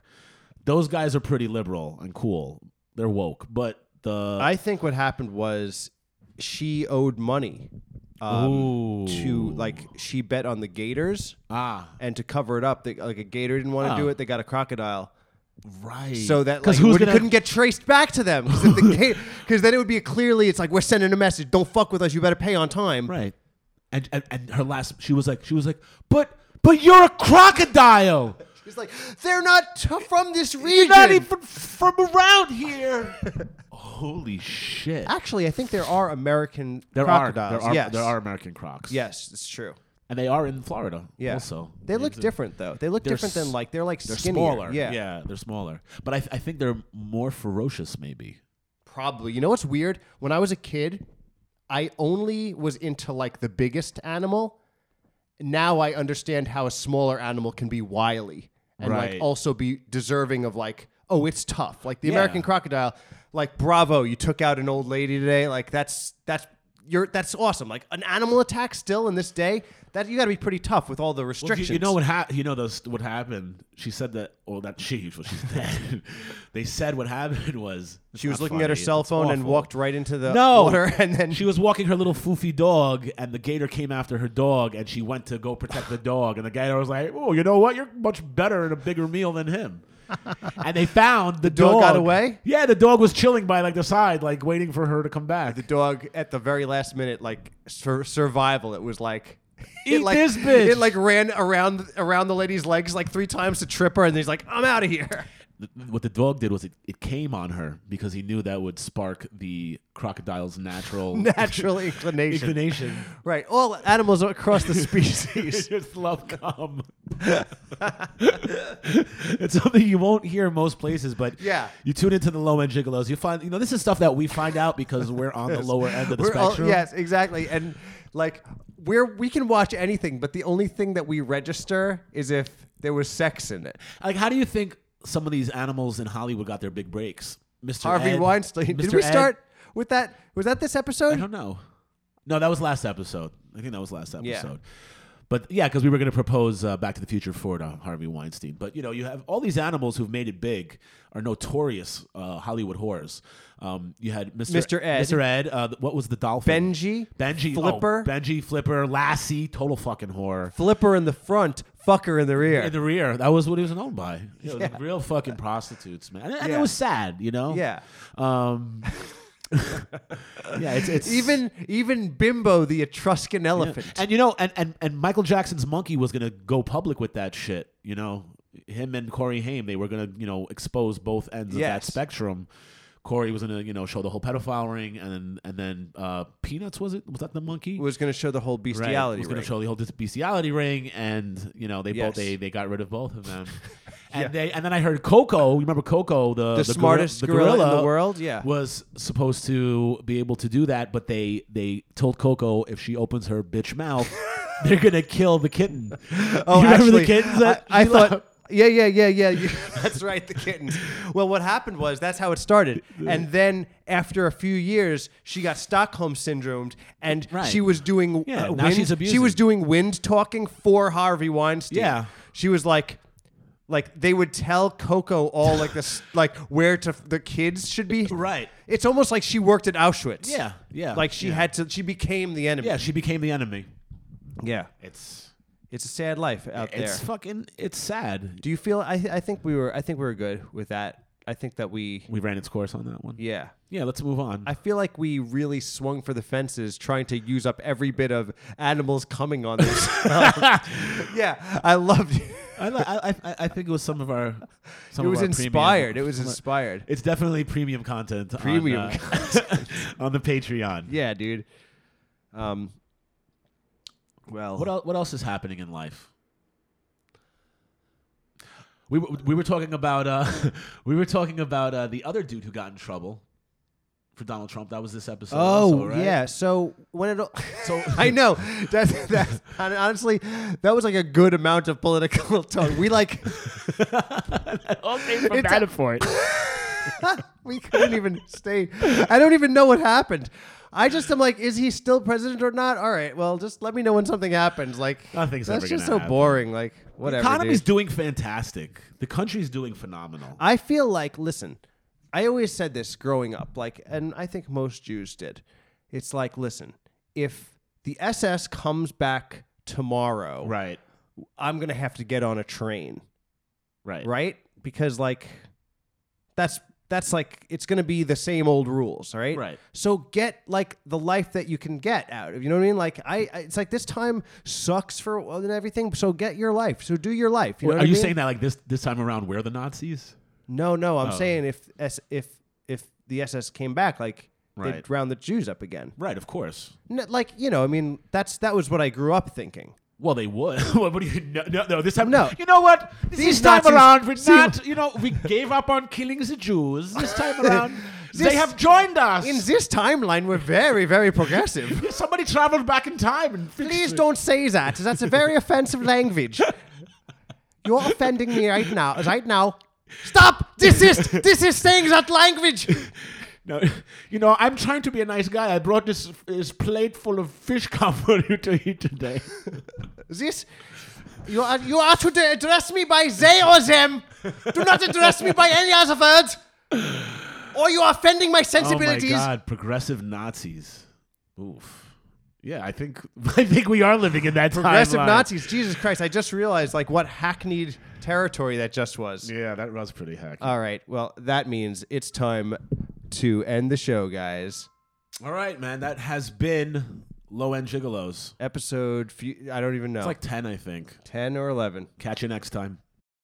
[SPEAKER 2] those guys are pretty liberal and cool. They're woke, but the
[SPEAKER 1] I think what happened was she owed money um,
[SPEAKER 2] Ooh.
[SPEAKER 1] to like she bet on the Gators.
[SPEAKER 2] ah
[SPEAKER 1] and to cover it up, they, like a gator didn't want to
[SPEAKER 2] Oh.
[SPEAKER 1] do it. They got a crocodile,
[SPEAKER 2] right
[SPEAKER 1] so that like
[SPEAKER 2] 'Cause who's
[SPEAKER 1] it
[SPEAKER 2] gonna-
[SPEAKER 1] couldn't get traced back to them. Because the then it would be clearly it's like we're sending a message: don't fuck with us. You better pay on time.
[SPEAKER 2] Right. And, and and her last she was like she was like, "But but you're a crocodile.
[SPEAKER 1] It's like they're not t- from this
[SPEAKER 2] You're
[SPEAKER 1] region.
[SPEAKER 2] not even from around here." Holy shit.
[SPEAKER 1] Actually, I think there are American
[SPEAKER 2] There are
[SPEAKER 1] crocodiles.
[SPEAKER 2] there are
[SPEAKER 1] yes.
[SPEAKER 2] there are American crocs.
[SPEAKER 1] Yes, it's true.
[SPEAKER 2] And they are in Florida
[SPEAKER 1] Yeah.
[SPEAKER 2] also.
[SPEAKER 1] they look
[SPEAKER 2] It's a-
[SPEAKER 1] different though. They look
[SPEAKER 2] They're
[SPEAKER 1] different
[SPEAKER 2] s-
[SPEAKER 1] than like they're like
[SPEAKER 2] They're
[SPEAKER 1] skinnier.
[SPEAKER 2] smaller.
[SPEAKER 1] Yeah.
[SPEAKER 2] yeah, they're smaller. But I, I think they're more ferocious maybe.
[SPEAKER 1] Probably. You know what's weird? When I was a kid, I only was into like the biggest animal. Now I understand how a smaller animal can be wily and
[SPEAKER 2] Right.
[SPEAKER 1] like also be deserving of like, oh, it's tough. Like the
[SPEAKER 2] Yeah.
[SPEAKER 1] American crocodile, like bravo, you took out an old lady today. Like that's that's you're that's awesome. Like an animal attack still in this day, that you got to be pretty tough with all the
[SPEAKER 2] Well, you,
[SPEAKER 1] restrictions.
[SPEAKER 2] you know what hap- you know those what happened. She said that well not she, well she's dead. they said what happened was
[SPEAKER 1] She was
[SPEAKER 2] not
[SPEAKER 1] looking at her
[SPEAKER 2] funny.
[SPEAKER 1] cell
[SPEAKER 2] It's
[SPEAKER 1] phone and
[SPEAKER 2] awful.
[SPEAKER 1] walked right into the
[SPEAKER 2] No.
[SPEAKER 1] water, and then
[SPEAKER 2] She was walking her little foofy dog, and the gator came after her dog, and she went to go protect the dog. And the gator was like, "Oh, you know what? You're much better and a bigger meal than him." and they found the
[SPEAKER 1] dog got away?
[SPEAKER 2] Yeah, the dog was chilling by like the side, like waiting for her to come back.
[SPEAKER 1] the dog at the very last minute, like sur- survival. It was like.
[SPEAKER 2] Eat this bitch.
[SPEAKER 1] It like ran around around the lady's legs like three times to trip her, and he's like, "I'm out of here."
[SPEAKER 2] Th- what the dog did was it, it came on her because he knew that would spark the crocodile's natural
[SPEAKER 1] Natural inclination,
[SPEAKER 2] inclination.
[SPEAKER 1] right? All animals across the species.
[SPEAKER 2] just love cum. it's something you won't hear in most places, but
[SPEAKER 1] Yeah.
[SPEAKER 2] you tune into the low end gigolos. You find, you know, this is stuff that we find out because we're on the lower end of the
[SPEAKER 1] We're all-
[SPEAKER 2] spectrum.
[SPEAKER 1] yes, exactly. And like we're we can watch anything, but the only thing that we register is if there was sex in it.
[SPEAKER 2] Like, how do you think some of these animals in Hollywood got their big breaks? Mr.
[SPEAKER 1] Harvey
[SPEAKER 2] Ed-
[SPEAKER 1] Weinstein.
[SPEAKER 2] Mr.
[SPEAKER 1] Did we
[SPEAKER 2] Ed-
[SPEAKER 1] start with that? Was that this
[SPEAKER 2] I
[SPEAKER 1] episode?
[SPEAKER 2] don't know. No, that was last episode. I think that was last episode.
[SPEAKER 1] Yeah.
[SPEAKER 2] But yeah, because we were going to propose uh, Back to the Future Four to Harvey Weinstein. But you know, you have all these animals who've made it big are notorious uh, Hollywood whores. Um, you had Mr.
[SPEAKER 1] Mr. Ed.
[SPEAKER 2] Mr. Ed. Uh, th- what was the dolphin?
[SPEAKER 1] Benji,
[SPEAKER 2] Benji. oh,
[SPEAKER 1] Flipper?
[SPEAKER 2] Benji. Flipper. Lassie. Total fucking whore.
[SPEAKER 1] flipper in the front, fucker in the rear.
[SPEAKER 2] In the rear. That was what he was known by. You know,
[SPEAKER 1] Yeah.
[SPEAKER 2] Real fucking prostitutes, man. And, and
[SPEAKER 1] Yeah.
[SPEAKER 2] it was sad, you know.
[SPEAKER 1] yeah.
[SPEAKER 2] Um, yeah. It's, it's
[SPEAKER 1] Even even Bimbo the Etruscan
[SPEAKER 2] Yeah.
[SPEAKER 1] elephant.
[SPEAKER 2] And you know, and, and and Michael Jackson's monkey was gonna go public with that shit. You know, him and Corey Haim, they were gonna you know expose both ends of that
[SPEAKER 1] Yes.
[SPEAKER 2] spectrum. Corey was gonna you know show the whole pedophile ring, and then and then uh, Peanuts was it? Was that the monkey?
[SPEAKER 1] was going to show the whole
[SPEAKER 2] Right,
[SPEAKER 1] bestiality.
[SPEAKER 2] was gonna
[SPEAKER 1] ring.
[SPEAKER 2] show the whole dis- bestiality ring, and you know they
[SPEAKER 1] Yes.
[SPEAKER 2] both they they got rid of both of them. And they and then I heard Coco. You remember Coco, the,
[SPEAKER 1] the,
[SPEAKER 2] gorilla-
[SPEAKER 1] smartest
[SPEAKER 2] the
[SPEAKER 1] gorilla, in
[SPEAKER 2] gorilla
[SPEAKER 1] the world. Yeah.
[SPEAKER 2] was supposed to be able to do that, but they they told Coco if she opens her bitch mouth, they're gonna kill the kitten.
[SPEAKER 1] Oh,
[SPEAKER 2] you remember
[SPEAKER 1] actually,
[SPEAKER 2] the kittens?
[SPEAKER 1] I,
[SPEAKER 2] That
[SPEAKER 1] I
[SPEAKER 2] she left?
[SPEAKER 1] thought. Yeah, yeah, yeah, yeah, yeah. That's right, the kittens. Well, what happened was that's how it started, and then after a few years, she got Stockholm syndromed, and
[SPEAKER 2] Right.
[SPEAKER 1] she was doing
[SPEAKER 2] Yeah,
[SPEAKER 1] uh,
[SPEAKER 2] now
[SPEAKER 1] wind,
[SPEAKER 2] she's
[SPEAKER 1] She was
[SPEAKER 2] abusing.
[SPEAKER 1] doing wind talking for Harvey Weinstein.
[SPEAKER 2] Yeah.
[SPEAKER 1] she was like. Like they would tell Coco all like this, like where to the kids should be.
[SPEAKER 2] Right.
[SPEAKER 1] It's almost like she worked at Auschwitz.
[SPEAKER 2] Yeah, yeah,
[SPEAKER 1] Like she
[SPEAKER 2] yeah.
[SPEAKER 1] had to. She became the enemy.
[SPEAKER 2] yeah, she became the enemy.
[SPEAKER 1] Yeah.
[SPEAKER 2] It's
[SPEAKER 1] It's a sad life out there.
[SPEAKER 2] it's fucking it's sad.
[SPEAKER 1] Do you feel? I I think we were I think we were good with that. I think that we
[SPEAKER 2] We ran its course on that one. Yeah,
[SPEAKER 1] yeah.
[SPEAKER 2] let's move on.
[SPEAKER 1] I feel like we really swung for the fences, trying to use up every bit of animals coming on this. yeah, I loved it.
[SPEAKER 2] I, li- I, I I think it was some of our. Some
[SPEAKER 1] It
[SPEAKER 2] of
[SPEAKER 1] was
[SPEAKER 2] our premium-
[SPEAKER 1] inspired. It was inspired.
[SPEAKER 2] It's definitely premium content. on,
[SPEAKER 1] Premium
[SPEAKER 2] uh, on the Patreon.
[SPEAKER 1] Yeah, dude. Um. Well,
[SPEAKER 2] What else, what else is happening in life? We, were- we were talking about uh, we were talking about uh, the other dude who got in trouble for Donald Trump. That was this episode.
[SPEAKER 1] Oh
[SPEAKER 2] also, right?
[SPEAKER 1] yeah. So when it all,
[SPEAKER 2] So-
[SPEAKER 1] I know that's, that's hon- honestly that was like a good amount of political tone. We like
[SPEAKER 2] okay,
[SPEAKER 1] It's a-
[SPEAKER 2] Manafort.
[SPEAKER 1] we couldn't even stay. I don't even know what happened. I just am like, is he still president or not? All right, well, just let me know when something happens. Like
[SPEAKER 2] Nothing's
[SPEAKER 1] that's
[SPEAKER 2] ever
[SPEAKER 1] just
[SPEAKER 2] gonna
[SPEAKER 1] so
[SPEAKER 2] happen.
[SPEAKER 1] boring. Like
[SPEAKER 2] The
[SPEAKER 1] whatever.
[SPEAKER 2] economy's
[SPEAKER 1] dude.
[SPEAKER 2] doing fantastic. The country's doing phenomenal.
[SPEAKER 1] I feel like listen, I always said this growing up, like, and I think most Jews did. It's like, listen, if the SS comes back tomorrow,
[SPEAKER 2] right,
[SPEAKER 1] I'm gonna have to get on a train,
[SPEAKER 2] right,
[SPEAKER 1] right? Because like, that's that's like it's gonna be the same old rules, right?
[SPEAKER 2] Right.
[SPEAKER 1] So get like the life that you can get out of. You know what I mean? Like I, I it's like this time sucks for uh, and everything. So get your life. So do your life. You know
[SPEAKER 2] Are
[SPEAKER 1] what I
[SPEAKER 2] you
[SPEAKER 1] mean?
[SPEAKER 2] saying that like this this time around we're the Nazis?
[SPEAKER 1] No, no. I'm
[SPEAKER 2] Oh.
[SPEAKER 1] saying if S, if if the SS came back, like
[SPEAKER 2] Right.
[SPEAKER 1] they'd round the Jews up again.
[SPEAKER 2] Right, of course.
[SPEAKER 1] N- like you know, I mean, that's that was what I grew up thinking.
[SPEAKER 2] Well, they would. what do you? No, no, no, this time.
[SPEAKER 1] No.
[SPEAKER 2] You know what? This
[SPEAKER 1] These
[SPEAKER 2] time
[SPEAKER 1] Nazis-
[SPEAKER 2] around, we're
[SPEAKER 1] See-
[SPEAKER 2] not. You know, we gave up on killing the Jews. This time around,
[SPEAKER 1] This-
[SPEAKER 2] they have joined us.
[SPEAKER 1] In this timeline, we're very, very progressive.
[SPEAKER 2] Somebody traveled back in time and fixed
[SPEAKER 1] Please
[SPEAKER 2] it.
[SPEAKER 1] don't say that. That's a very offensive language. You're offending me right now. Right now. Stop! This is this is saying that language.
[SPEAKER 2] No, you know, I'm trying to be a nice guy. I brought this this plate full of fish cum for you to eat today.
[SPEAKER 1] This you are you are to address me by they or them. Do not address me by any other words. Oh, you are offending my
[SPEAKER 2] Oh my
[SPEAKER 1] sensibilities.
[SPEAKER 2] God, progressive Nazis. Oof. Yeah, I think I think we are living in that
[SPEAKER 1] Progressive
[SPEAKER 2] timeline.
[SPEAKER 1] Nazis. Jesus Christ. I just realized like what hackneyed territory that just was.
[SPEAKER 2] Yeah, that was pretty hacky.
[SPEAKER 1] All right. Well, that means it's time to end the show, guys.
[SPEAKER 2] All right, man. That has been low end gigolos.
[SPEAKER 1] Episode, few, I don't even know.
[SPEAKER 2] It's like ten, I think.
[SPEAKER 1] 10 or 11.
[SPEAKER 2] Catch you next time.